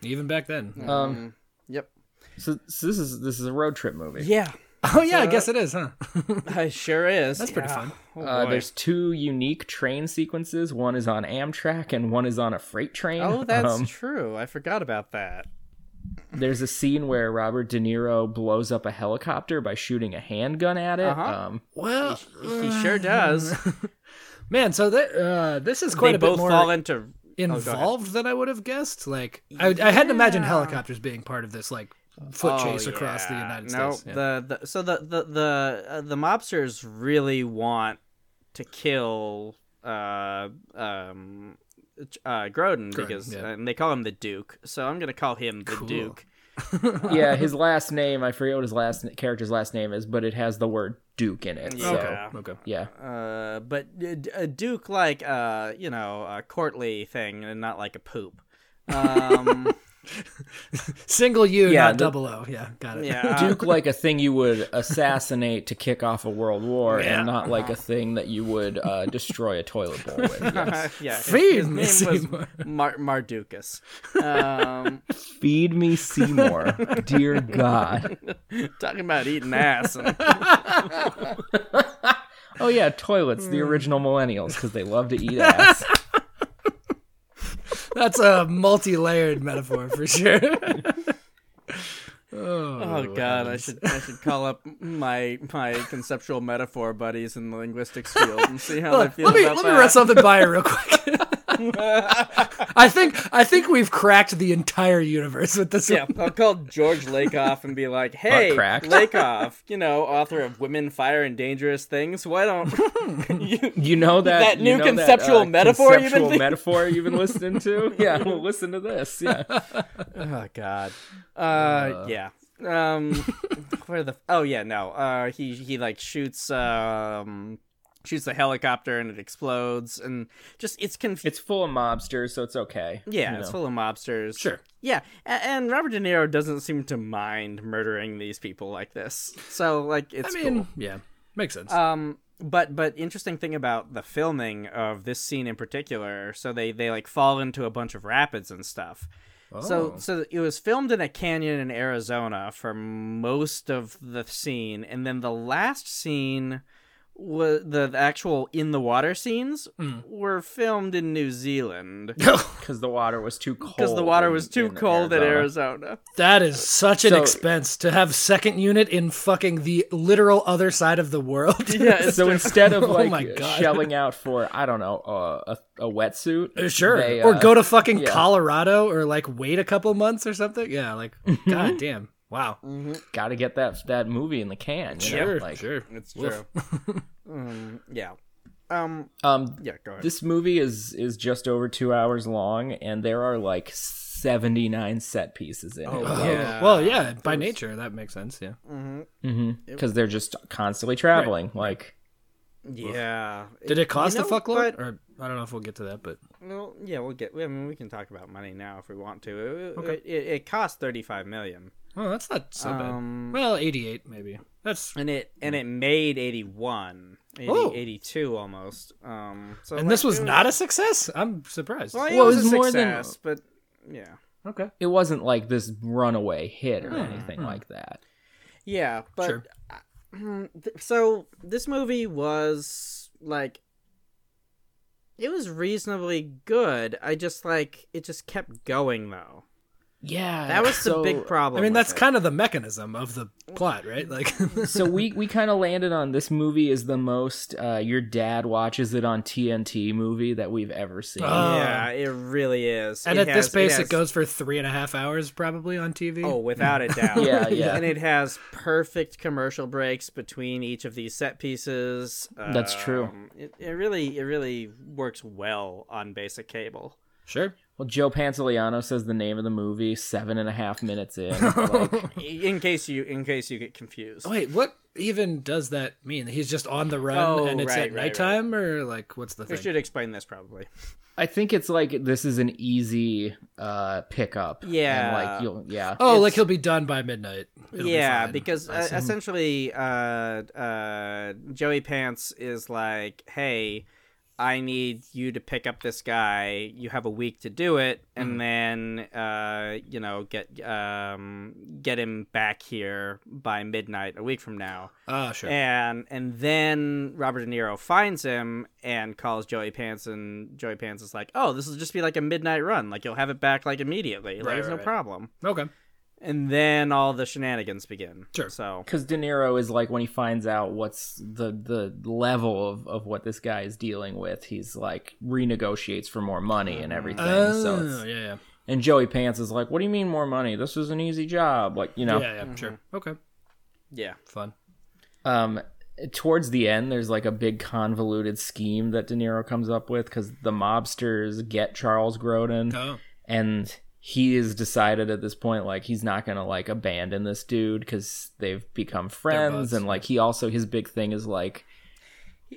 Even back then.
Um,
Yep.
so, so this is this is a road trip movie.
Yeah.
oh yeah, I guess it is, huh?
It sure is.
That's pretty
Yeah.
fun.
Oh,
Uh,
boy.
there's two unique train sequences. One is on Amtrak and one is on a freight train.
Oh, that's
Um,
true. I forgot about that.
there's a scene where Robert De Niro blows up a helicopter by shooting a handgun at it.
Uh-huh.
Um,
Well,
He sure does.
man, so that uh, this is quite
they
a bit
both
more
fall Oh, into.
involved than I would have guessed. Like I, I hadn't imagined helicopters being part of this like foot
Oh,
chase across the
yeah.
United
no,
States. Yeah.
the, the so the the the uh, the mobsters really want to kill uh um uh Groden, because
yeah.
and they call him the Duke. So I'm gonna call him the Duke.
yeah, his last name, I forget what his last character's last name is, but it has the word Duke in it. So,
Yeah.
okay.
yeah.
Uh, but uh, d- a Duke like uh you know a courtly thing and not like a poop. Um,
Single U,
Yeah,
not
the-
double O. Yeah, got it.
yeah,
Duke like a thing you would assassinate to kick off a world war,
Yeah.
and not like a thing that you would uh, destroy a toilet bowl with. Yes.
uh, yeah.
Feed me,
his name was
Seymour.
Mar- Mardukas. Um,
Feed me Seymour, dear God.
talking about eating ass. And-
Oh yeah, toilets, the original millennials, because they love to eat ass.
That's a multi-layered metaphor for sure.
Oh god, I should I should call up my my conceptual metaphor buddies in the linguistics field and see how they
Let me
feel
let
about
me
that.
run something by you real quick. I think I think we've cracked the entire universe with this.
yeah,
one.
I'll call George Lakoff and be like, "Hey,
cracked.
Lakoff, you know, author of Women, Fire, and Dangerous Things. Why don't you?
You know that
That
you
new
know
conceptual
uh,
metaphor you've been
conceptual
thinking-
metaphor you've been listening to? Yeah, well, listen to this. Yeah,
Oh God, uh, yeah. Um, where the? Oh yeah, no. Uh, he he like shoots um shoots the helicopter and it explodes and just it's confusing.
it's full of mobsters, so it's okay.
Yeah,
you
it's
know.
full of mobsters.
Sure.
Yeah, a- and Robert De Niro doesn't seem to mind murdering these people like this. So like,
I
it's
mean,
cool.
yeah, makes sense.
Um, but but interesting thing about the filming of this scene in particular so they they like fall into a bunch of rapids and stuff so
Oh.
so it was filmed in a canyon in arizona for most of the scene and then the last scene was the, the actual in the water scenes
Hmm.
were filmed in new zealand
because the water was too cold.
because the water
in-
was too
in
cold in arizona
That is such an
So-
expense to have second unit in fucking the literal other side of the world.
yeah it's
So instead of
Oh
like
my God.
shelling out for I don't know uh, a, a wetsuit,
Uh, Sure.
they,
or
uh,
go to fucking
yeah.
Colorado or like wait a couple months or something. Yeah, like god damn. Wow.
got to get that that movie in the can. You know?
Sure,
like,
sure.
it's
Woof.
true um, yeah um
Um,
yeah go ahead
this movie is is just over two hours long, and there are like seventy nine set pieces in it.
Oh, Well, yeah, by nature that makes sense, yeah.
Mm-hmm.
because mm-hmm, they're just constantly traveling. Like,
yeah
Did it cost
You know,
a fuckload?
but-
Or I don't know if we'll get to that, but
Well, yeah, we'll get. I mean, we can talk about money now if we want to. It, it, it, cost thirty-five million,
oh, that's not so
Um,
bad. Well, 88 maybe. That's
and it and it made 81, 80,
Oh.
82 almost. Um, so
And this was not a success? I'm surprised.
Well, it
Well, it
was,
was
a
more than-
success, but yeah,
Okay.
it wasn't like this runaway hit or anything like that.
yeah, but
Sure.
Hmm, th- so this movie was like it was reasonably good. I just like it just kept going though.
Yeah,
That was the big problem.
I
with
mean, that's
it.
kind of the mechanism of the plot, right? Like
so we we kind of landed on this movie is the most uh, your dad watches it on TNT movie that we've ever seen.
Oh.
Yeah, it really is.
And
It
at
has-
this pace, it,
has-
goes for three and a half hours probably on TV.
Oh, without a doubt.
Yeah, yeah.
And it has perfect commercial breaks between each of these set pieces.
That's true.
Um, It, it really, it really works well on basic cable.
sure.
Well, Joe Pantoliano says the name of the movie seven and a half minutes in. Like,
In case you, in case you get confused.
Wait, what even does that mean? He's just on the run
Oh,
and it's
right,
at
right,
nighttime, or like what's the
We
thing?
should explain this probably.
I think it's like this is an easy uh, pickup.
Yeah.
and like you'll yeah.
oh, like he'll be done by midnight. It'll be
yeah,
fine.
because uh, essentially, uh, uh, Joey Pants is like, "Hey, I need you to pick up this guy. You have a week to do it, and
Mm-hmm.
then uh, you know get um, get him back here by midnight a week from now."
Ah, sure.
And and then Robert De Niro finds him and calls Joey Pants, and Joey Pants is like, "Oh, this will just be like a midnight run. Like you'll have it back like immediately. Like,
Right,
There's
right,
no
right.
problem."
okay.
and then all the shenanigans begin.
Sure.
So
Because De Niro is like when he finds out what's the the level of, of what this guy is dealing with, he's like renegotiates for more money and everything.
Oh,
so it's,
yeah, yeah,
and Joey Pants is like, "What do you mean more money? This is an easy job." Like you know,
yeah, yeah. Sure.
Mm-hmm.
Okay.
yeah,
Fun.
um, towards the end, there's like a big convoluted scheme that De Niro comes up with because the mobsters get Charles
Mm-hmm.
Grodin,
Oh,
and he is decided at this point like he's not gonna like abandon this dude because they've become friends,
buds,
and like he also his big thing is like.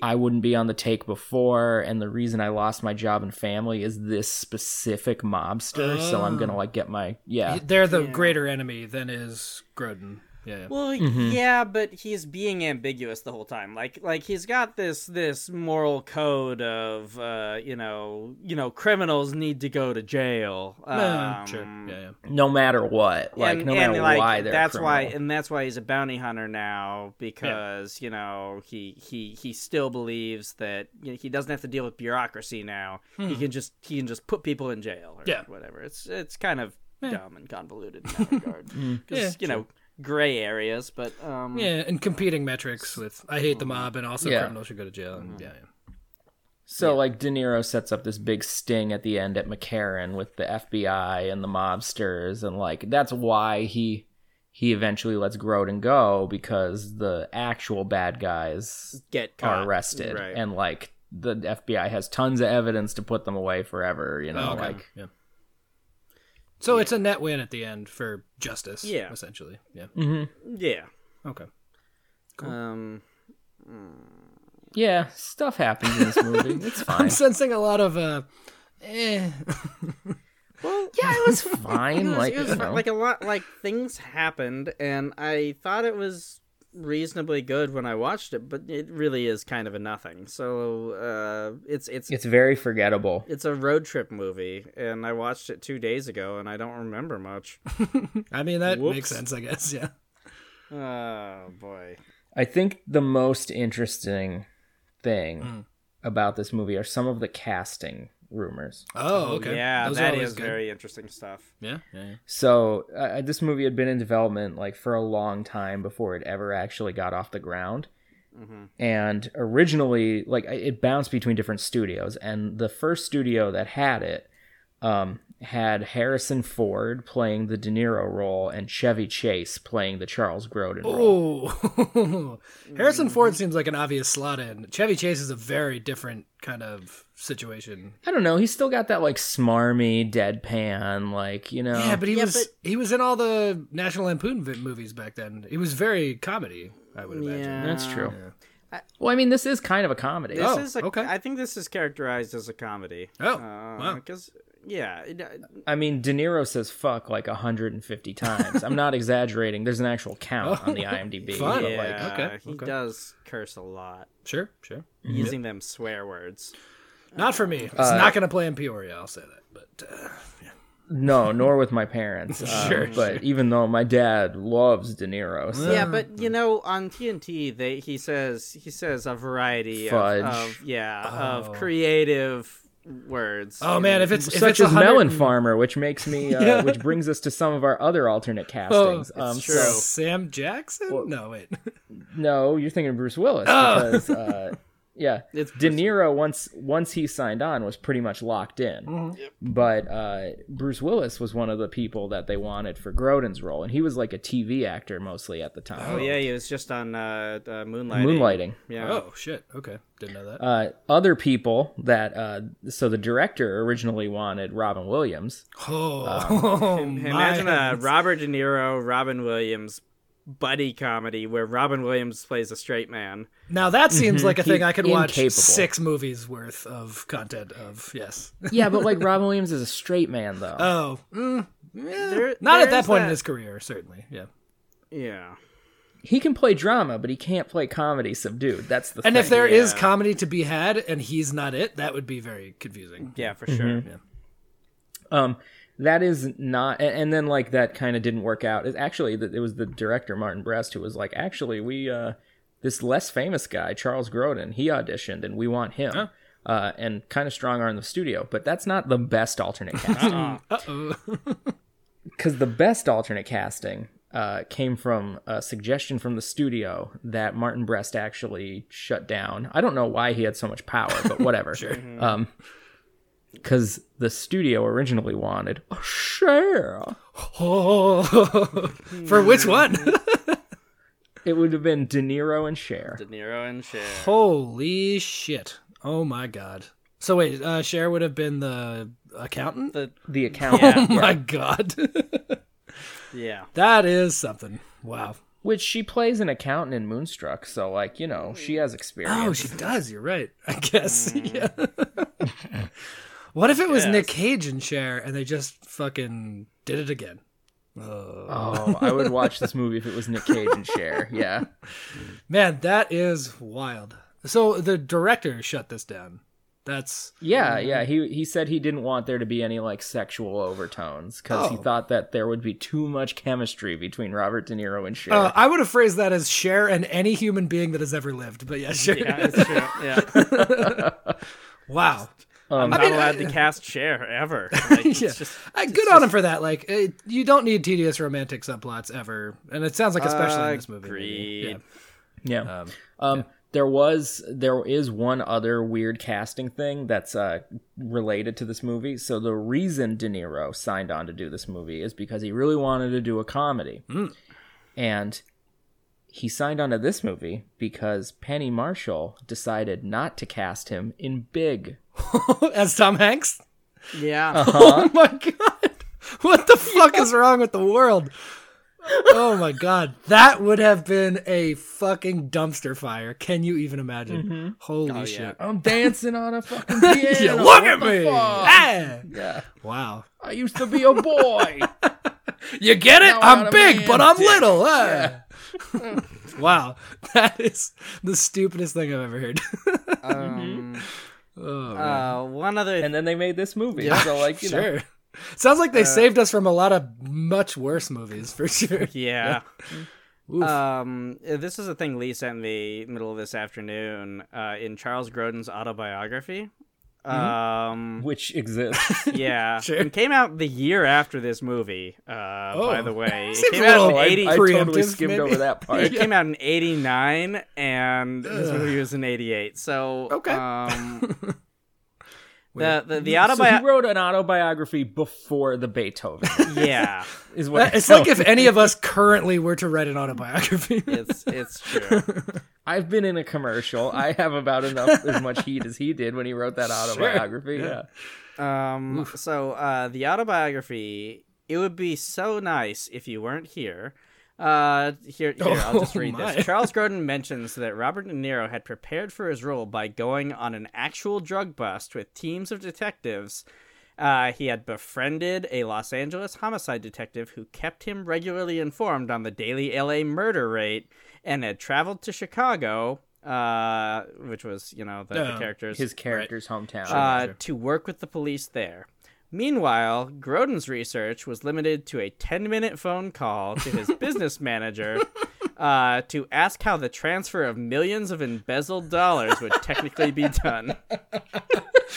I wouldn't be on the take before, and the reason I lost my job and family is this specific mobster. So I'm
Ah.
gonna like get my yeah.
they're the greater enemy than is Groden. Yeah. yeah.
well, yeah, but he's being ambiguous the whole time. Like, like he's got this this moral code of uh, you know, you know, criminals need to go to jail.
Uh,
Um,
sure. Yeah, yeah.
no matter what. Like
and,
no
and
matter
like,
why they're
that's
a
why
criminal.
and that's why he's a bounty hunter now because you know he he he still believes that you know, he doesn't have to deal with bureaucracy now he
Hmm.
can just he can just put people in jail or
Yeah.
whatever it's it's kind of dumb and convoluted in that regard
Hmm.
because
Yeah,
you know gray areas but um
Yeah, and competing metrics with I hate the
Mm-hmm.
mob and also
Yeah.
criminals should go to jail. And, yeah, yeah.
so like De Niro sets up this big sting at the end at McCarran with the FBI and the mobsters and like that's why he he eventually lets Grodin go because the actual bad guys
get
are
caught.
arrested
right.
and like the FBI has tons of evidence to put them away forever, you
Oh,
know,
Okay.
like
yeah. So it's a net win at the end for justice.
Yeah.
essentially. Yeah.
mm-hmm.
yeah
Okay.
um
yeah, stuff happens in this movie. It's fine.
I'm sensing a lot of uh, eh.
yeah, it was fine.
It was-
like,
it was
you
fu-
know.
like a lot like things happened and i thought it was reasonably good when I watched it, but it really is kind of a nothing. So uh, it's it's
It's very forgettable.
it's a road trip movie, and I watched it two days ago, and I don't remember much.
I mean, that makes
Whoops.
sense, I guess. Yeah.
oh boy.
I think the most interesting thing about this movie are some of the casting rumors.
Oh, okay.
Yeah,
Those are
that
always
is
good.
very interesting stuff.
Yeah. yeah.
So uh, this movie had been in development like for a long time before it ever actually got off the ground.
Mm-hmm.
And originally, like I- it bounced between different studios, and the first studio that had it um, had Harrison Ford playing the De Niro role and Chevy Chase playing the Charles Grodin role.
Oh, Harrison
Mm-hmm.
Ford seems like an obvious slot in. Chevy Chase is a very different kind of situation.
I don't know. He's still got that like smarmy, deadpan, like you know.
Yeah, but he
Yeah,
was he was in all the National Lampoon vi- movies back then. He was very comedy. I would imagine.
Yeah.
that's true.
Yeah.
Well, I mean, this is kind of a comedy.
This
Oh,
is a,
okay.
I think this is characterized as a comedy.
Oh, wow.
Because yeah, it- uh,
I mean, De Niro says fuck like 150 times. I'm not exaggerating. There's an actual count on the IMDb.
Fun.
but, like,
yeah,
okay,
he
okay.
does curse a lot,
Sure, sure.
using them swear words.
Not for me. It's
Uh,
not going to play in Peoria. I'll say that. But uh,
no, nor with my parents. Um,
Sure,
But even though my dad loves De Niro, so
Yeah,
Mm.
but you know, on TNT, they he says he says a variety
Fudge.
of, of yeah of creative words.
oh man, if it's if
such
it's a
as
hundred
Melon
and-
Farmer, which makes me, uh,
Yeah.
which brings us to some of our other alternate
Oh,
castings. um,
true.
so-
Sam Jackson? no, wait.
no, you're thinking of Bruce Willis
Oh.
because. Uh, Yeah,
It's
De Niro once once he signed on was pretty much locked in, but uh, Bruce Willis was one of the people that they wanted for Grodin's role, and he was like a TV actor mostly at the
Oh
time.
yeah, he was just on uh, uh, moonlighting.
Moonlighting.
Yeah.
Oh shit. Okay, didn't know that.
Uh, other people that uh, so the director originally wanted Robin Williams.
oh, my
Imagine a
heavens.
Robert De Niro, Robin Williams buddy comedy where Robin Williams plays a straight man.
Now that seems like a
He's
thing I could watch
incapable.
six movies worth of content of. Yes.
Yeah, but like Robin Williams is a straight man though.
Oh, mm, yeah.
There-
not at
there
that
is
point in
that-
his career, certainly. Yeah.
Yeah.
he can play drama, but he can't play comedy subdued. That's the
And
thing.
if there is
yeah.
comedy to be had and he's not it, that would be very confusing.
Yeah, for sure.
um that is not and, and then like that kind of didn't work out. It, actually th- it was the director Martin Brest who was like, "Actually, we uh this less famous guy, Charles Grodin, he auditioned and we want him." Uh, and kind of strong arm the studio, but that's not the best alternate casting.
Uh oh.
because the best alternate casting uh, came from a suggestion from the studio that Martin Brest actually shut down. I don't know why he had so much power, but whatever. sure. because the studio originally wanted Cher.
Oh, For which one?
It would have been De Niro and Cher.
De Niro and Cher.
Holy shit. Oh my god. So wait, uh, Cher would have been the accountant?
The
The account,
oh my god.
yeah.
that is something. Wow.
which she plays an accountant in Moonstruck, so like you know she has experience.
Oh, she does. You're right. I guess.
Mm.
Yeah. what if it was Nick Cage and Cher and they just fucking did it again?
oh, I would watch this movie if it was Nick Cage and Cher. Yeah.
Man, that is wild. So the director shut this down. That's
Yeah, yeah. He he said he didn't want there to be any like sexual overtones because he
Oh.
thought that there would be too much chemistry between Robert De Niro and Cher.
uh, I would have phrased that as Cher and any human being that has ever lived. But yeah, sure.
Yeah, it's true. Yeah.
Um, Wow.
Um,
I'm not
mean,
allowed to cast Cher ever. Like, it's
Yeah.
just
Uh, good on him for that. Like, uh you don't need tedious romantic subplots ever, and it sounds like especially in this movie. maybe.
Agreed.
yeah. Um, there was there is one other weird casting thing that's uh, related to this movie. So the reason De Niro signed on to do this movie is because he really wanted to do a comedy, and he signed on to this movie because Penny Marshall decided not to cast him in Big.
Yeah. As Tom Hanks.
Yeah.
Uh-huh.
Oh my god. What the fuck is wrong with the world? Oh my god. That would have been a fucking dumpster fire. Can you even imagine? Holy shit.
I'm dancing on a fucking piano.
Yeah, look at
What the
me.
fuck?
Ah!
Yeah.
Wow.
I used to be a boy.
You get it?
Now I got
I'm
a
big,
man
but I'm
dick.
little. ah. wow, that is the stupidest thing I've ever heard. Uh, mm-hmm.
Um,
Oh, man.
uh, one other
and then they made this movie. So like, you know, Uh,
sure. Sounds like they saved us from a lot of much worse movies for sure.
Yeah.
Oof.
Um, this is a thing Lee sent me middle of this afternoon uh, in Charles Grodin's autobiography.
Mm-hmm.
Um,
which exists.
yeah,
Sure.
and came out the year after this movie. Uh, by
Oh.
the way, it
Seems
came
a
out in
little-
I,
eighty.
I totally
Preemptive,
skimmed
maybe?
over that part.
It came out in eighty nine, and this movie was in eighty eight. So
Okay.
um, the the, the
So he
autobiography.
wrote an autobiography before the Beethoven,
yeah,
is what
That-
it
Uh, It's like
sounds-
if any of us currently were to write an autobiography.
it's it's true.
I've been in a commercial. I have about enough as much heat as he did when he wrote that autobiography. Yeah.
Um, so uh, the autobiography. It would be so nice if you weren't here. Uh, here, here I'll just
Oh,
read
my.
this. Charles Grodin mentions that Robert De Niro had prepared for his role by going on an actual drug bust with teams of detectives. Uh, he had befriended a Los Angeles homicide detective who kept him regularly informed on the daily LA murder rate and had traveled to Chicago, uh, which was, you know, the, the
Oh,
character's
His character's hometown.
uh, to work with the police there. Meanwhile, Grodin's research was limited to a 10 minute phone call to his business manager uh, to ask how the transfer of millions of embezzled dollars would technically be done.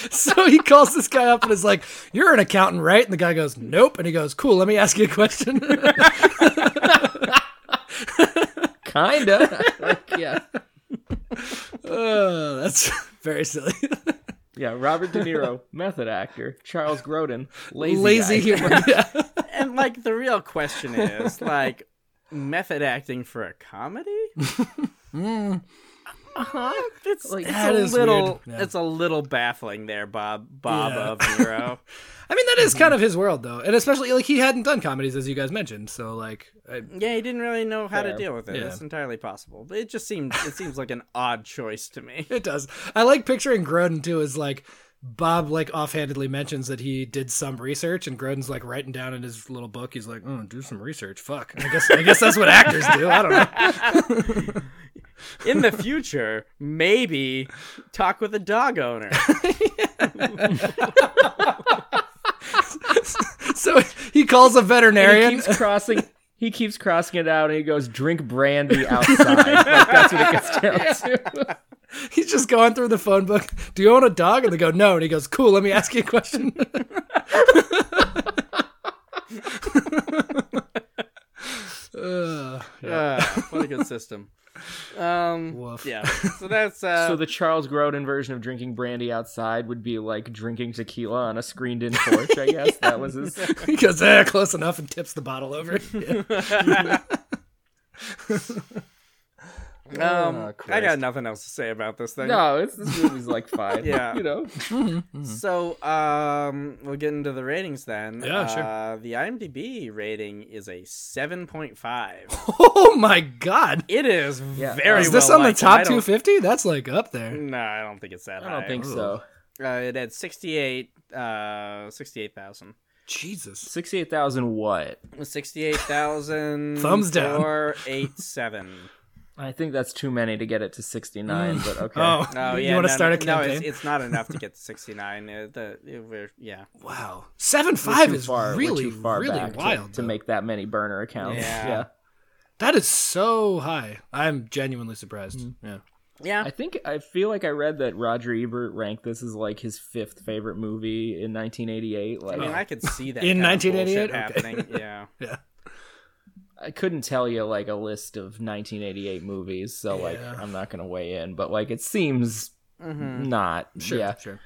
so he calls this guy up and is like, "You're an accountant, right?" And the guy goes, "Nope." And he goes, "Cool, let me ask you a question."
Kinda. Like, yeah.
oh, that's very silly.
Yeah. Robert De Niro, method actor. Charles Grodin, lazy.
Lazy
guy.
humor. Yeah.
And, like, the real question is, like, method acting for a comedy? Uh-huh. It's,
Like,
it's
that
a
is
little
weird. Yeah.
it's a little baffling there, Bob Bob
Yeah.
of Nero.
I mean, that is
Mm-hmm.
kind of his world, though, and especially like he hadn't done comedies as you guys mentioned. So like, I,
Yeah, he didn't really know how
Fair.
to deal with it.
Yeah.
It's entirely possible, but it just seemed it seems like an odd choice to me.
it does. I like picturing Groden too as like Bob like offhandedly mentions that he did some research, and Groden's like writing down in his little book. He's like, "Oh, do some research. Fuck. I guess I guess that's what actors do. I don't know."
In the future, maybe talk with a dog owner.
So he calls a
And
veterinarian.
he keeps crossing. He keeps crossing it out, and he goes, "Drink brandy outside." like, that's what it gets down to.
He's just going through the phone book. Do you own a dog? And they go, no. And he goes, cool, let me ask you a question. Uh,
Uh, what a good system. Um,
Woof.
yeah. So that's uh,
So the Charles Grodin version of drinking brandy outside would be like drinking tequila on a screened-in porch. I guess that was his.
he goes, eh, close enough, and tips the bottle over. Yeah.
um,
Oh,
I got
Christ.
nothing else to say about this thing.
No, it's this movie's like fine.
Yeah.
you know.
So um, we'll get into the ratings then.
Mm-hmm. Yeah, sure.
Uh, the IMDb rating is a seven point five.
Oh my god.
It is
Yeah.
very.
Is this
well
on the
liked, and I
top
don't-
250? That's like up there.
No, I don't think it's that.
I don't
high.
think so.
Uh, it had 68, uh, 68,000.
Jesus.
Sixty-eight thousand. What?
68,000.
Thumbs down.
Or 87.
I think that's too many to get it to sixty-nine. But okay.
Oh,
Oh, yeah.
you want to
no,
start a
no, No,
campaign?
it's, it's not enough to get to 69. Uh, the, it- we're, yeah.
wow.
We're
7.5
too
is
far- we're
really,
too far
really
back to-
wild.
to,
though.
make that many burner accounts.
Yeah.
yeah.
That is so high. I'm genuinely surprised.
Mm.
Yeah.
Yeah.
I think I feel like I read that Roger Ebert ranked this as like his fifth favorite movie in 1988.
I
Like
Oh,
mean, I could see that.
In
kind of bullshit
1988? Okay.
happening. Yeah.
I couldn't tell you like a list of 1988 movies, so like
Yeah.
I'm not gonna weigh in, but like it seems
Mm-hmm.
not.
Sure.
Yeah.
Sure.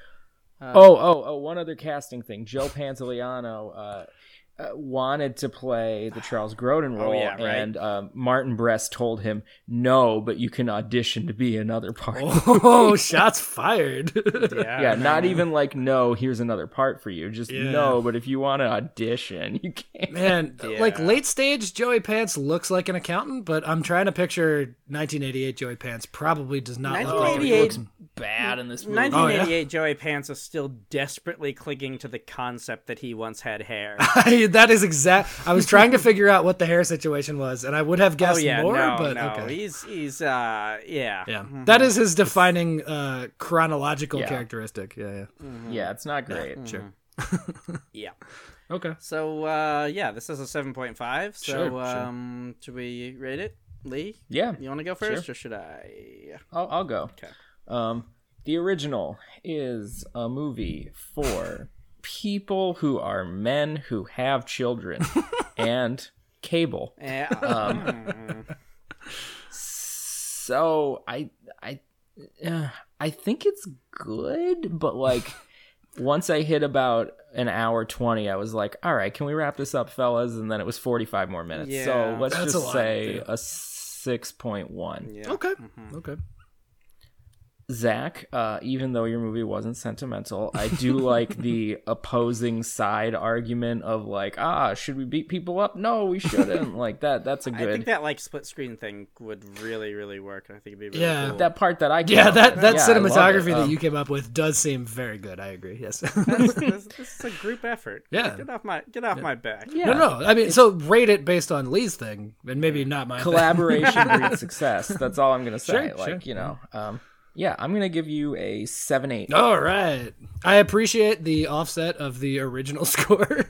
Uh,
Oh, oh, oh! One other casting thing: Joe Pantoliano uh, uh, wanted to play the Charles Grodin
Oh,
role,
yeah, right.
and um, Martin Brest told him, "No, but you can audition to be another part."
Oh, shots fired.
Yeah. uh,
yeah, not even like no. Here's another part for you. Just
Yeah.
no, but if you want to audition, you can.
Man, like
Yeah.
late stage Joey Pants looks like an accountant, but I'm trying to picture 1988 Joey Pants probably does not look like he
1988
looks.
Bad in this
Oh,
1988, Joey Pants is still desperately clinging to the concept that he once had hair.
I See, that is exact. I was trying to figure out what the hair situation was, and I would have
Oh
guessed
yeah,
more,
no,
but
no,
okay.
he's he's uh yeah
yeah, that is his defining uh, chronological
Mm-hmm. Yeah.
characteristic. Yeah, yeah,
Yeah, it's not great.
sure.
yeah.
Okay.
So uh yeah, this is a seven point five. So
Sure, sure.
um, should we rate it, Lee?
Yeah,
You want to go first, or should I?
I'll, I'll go.
Okay.
Um, the original is a movie for people who are men who have children and cable.
Eh,
Um,
So I I uh, I think it's good, but like once I hit about an hour 20, I was like, "All right, can we wrap this up, fellas?" And then it was 45 more minutes.
Yeah.
so let's
That's a
just
lot,
say
yeah.
a 6.1.
yeah. Mm-hmm.
Okay. Okay.
Zach, uh, even though your movie wasn't sentimental, I do like the opposing side argument of like, ah, should we beat people up? No, we shouldn't. like that. That's a
I
good
think
that,
that like split screen thing would really, really work. I think it'd be really
Yeah.
cool.
part that I came
Yeah,
up
that
with.
that
Yeah, I love it.
cinematography that
Um,
you came up with does seem very good. I agree. Yes.
this, this, this is a group effort.
Yeah.
Get off my get off my back.
yeah.
No, no. I mean, so rate it based on Lee's thing, and maybe not my
collaboration breeds success. That's all I'm gonna say.
Sure,
like
sure.
you know, um, yeah, I'm gonna give you a seven eight.
All right. I appreciate the offset of the original score.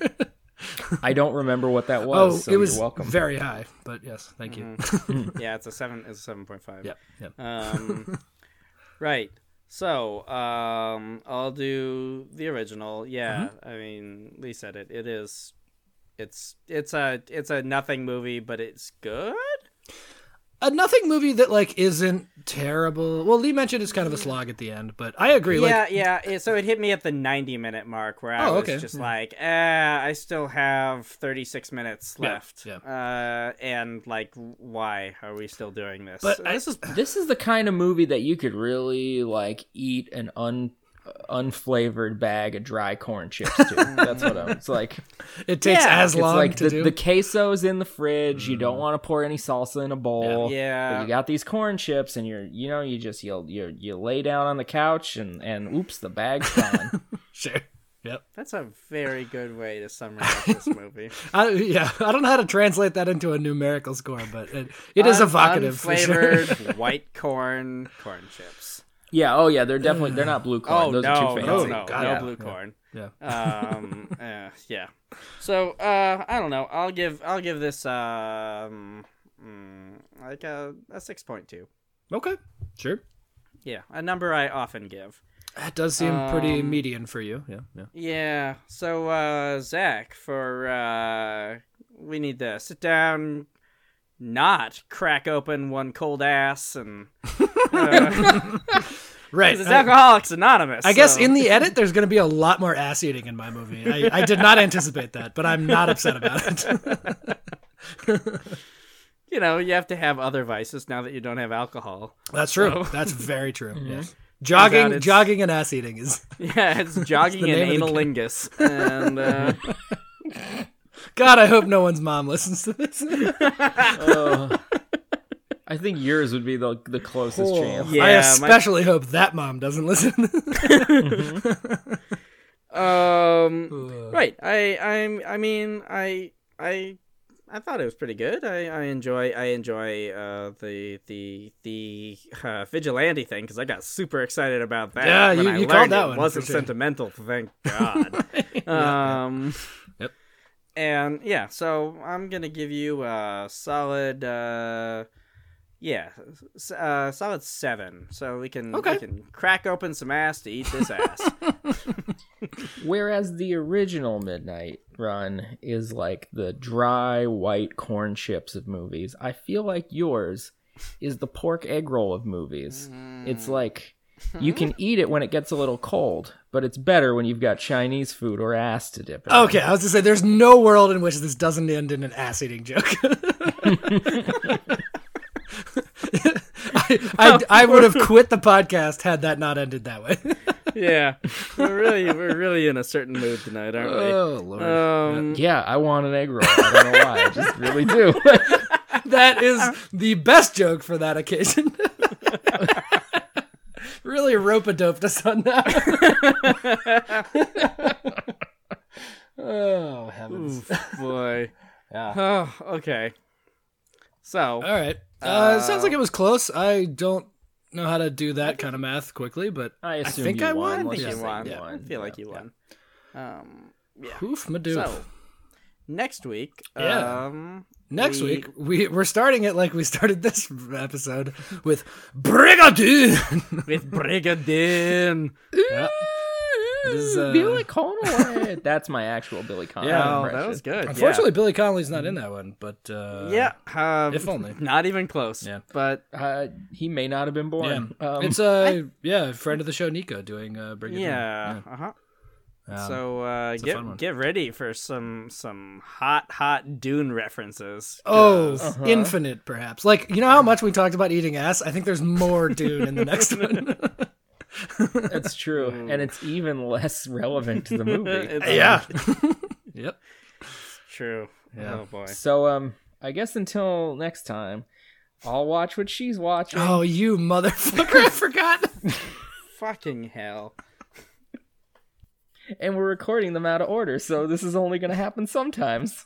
I don't remember what that
oh,
was. so
it was
You're welcome. Mm-hmm.
very high, but yes, thank you.
Yeah, it's a seven. It's a seven point five.
yep, yep.
Um, right. So um, I'll do the original. Yeah,
Mm-hmm.
I mean, Lee said it. It is. It's it's a it's a nothing movie, but it's good.
A nothing movie that like isn't terrible. Well, Lee mentioned it's kind of a slog at the end, but I agree.
yeah,
Like,
yeah. It, so it hit me at the ninety minute mark, where I
Oh,
was
okay.
just like, eh, I still have thirty six minutes
Yeah,
left.
yeah.
Uh, and like, why are we still doing this?
But I-
this is
This is the kind of movie that you could really like eat an un unflavored bag of dry corn chips to. That's what I'm. It's like
it takes
Yeah.
as
it's
long
like
to
the,
do.
the queso's in the fridge. You don't want to pour any salsa in a bowl.
Mm. Yeah.
But you got these corn chips, and you're you know you just you you you lay down on the couch and and oops the bag's gone.
Sure. Yep.
that's a very good way to summarize this movie.
I, yeah. I don't know how to translate that into a numerical score, but it, it is evocative. For sure.
flavored white corn corn chips.
yeah. Oh yeah. They're definitely they're not blue corn.
Oh
Those
no,
are too fancy.
no, no,
God,
no
yeah.
blue corn.
Yeah.
Um, uh, yeah. So uh, I don't know. I'll give I'll give this um mm, like a a six point two.
Okay. Sure.
Yeah, a number I often give.
That does seem
Um,
pretty median for you. Yeah. Yeah.
Yeah. So uh, Zach, for uh, we need to sit down, not crack open one cold ass, and uh,
Right.
'cause it's
I-
Alcoholics Anonymous.
I guess
so-
in the edit, there's going to be a lot more ass eating in my movie. I, I did not anticipate that, but I'm not upset about it.
you know, you have to have other vices now that you don't have alcohol.
That's true. That's very true. Yes.
Turns out
Jogging,
Mm-hmm. it's-
jogging, and ass eating is.
Yeah, it's jogging
name
and
of the
analingus. and uh,
God, I hope no one's mom listens to this.
I think yours would be the the closest chance.
Yeah,
I
my-
especially hope that mom doesn't listen.
uh,
Mm-hmm.
um, right, I, I'm, I mean, I, I, I thought it was pretty good. I, I enjoy, I enjoy uh, the the the uh, vigilante thing because I got super excited about that.
Yeah,
when
you-
I
you
learned
called that
it
one for
wasn't
sure.
sentimental. Thank God. um,
Yep.
And yeah, so I'm gonna give you a solid, uh, yeah, s- uh, solid seven. So we can
Okay.
we can crack open some ass to eat this ass.
Whereas the original Midnight Run is like the dry white corn chips of movies, I feel like yours is the pork egg roll of movies.
Hmm.
It's like you can eat it when it gets a little cold, but it's better when you've got Chinese food or ass to dip it. in.
okay, I was to say there's no world in which this doesn't end in an ass eating joke. I, I, I would have quit the podcast had that not ended that way.
yeah, we're really we're really in a certain mood tonight, aren't we?
oh lord.
Um,
Yeah, I want an egg roll. I don't know why. I just really do.
That is the best joke for that occasion. really rope a doped us on that. oh heavens.
Ooh, boy.
Yeah.
Oh, okay. So,
All right. Uh, it sounds like it was close. I don't know how to do that kind of math quickly, but
I assume
think
you
I
won.
won.
I think
Yeah.
you won.
Yeah.
I feel like you
Yeah.
won. Um, yeah.
poof, madoof.
So, next week,
Yeah.
um,
Next
we-
week we we're starting it like we started this episode with Brigadier.
with Brigadine.
Yeah. It is, uh,
Billy Conway. That's my actual Billy Conway.
Yeah, oh, that
impression.
was good.
Unfortunately, Billy Connolly's not in that one, but uh,
yeah. yeah um,
if only.
Not even close.
Yeah.
But
Uh, he may not have been
yeah.
born. Um,
it's a yeah friend of the show Nico doing uh, Brigadier.
yeah. Uh huh.
Um,
so uh,
a fun one.
get get ready for some some hot hot Dune references.
Oh, infinite, perhaps. Like you know how much we talked about eating ass. I think there's more Dune in the next one.
that's true, and it's even less relevant to the movie.
It's
yep.
true.
Yeah.
Oh boy.
so, um, I guess until next time, I'll watch what she's watching.
Oh, you motherfucker! I forgot.
Fucking hell.
and we're recording them out of order, so this is only going to happen sometimes.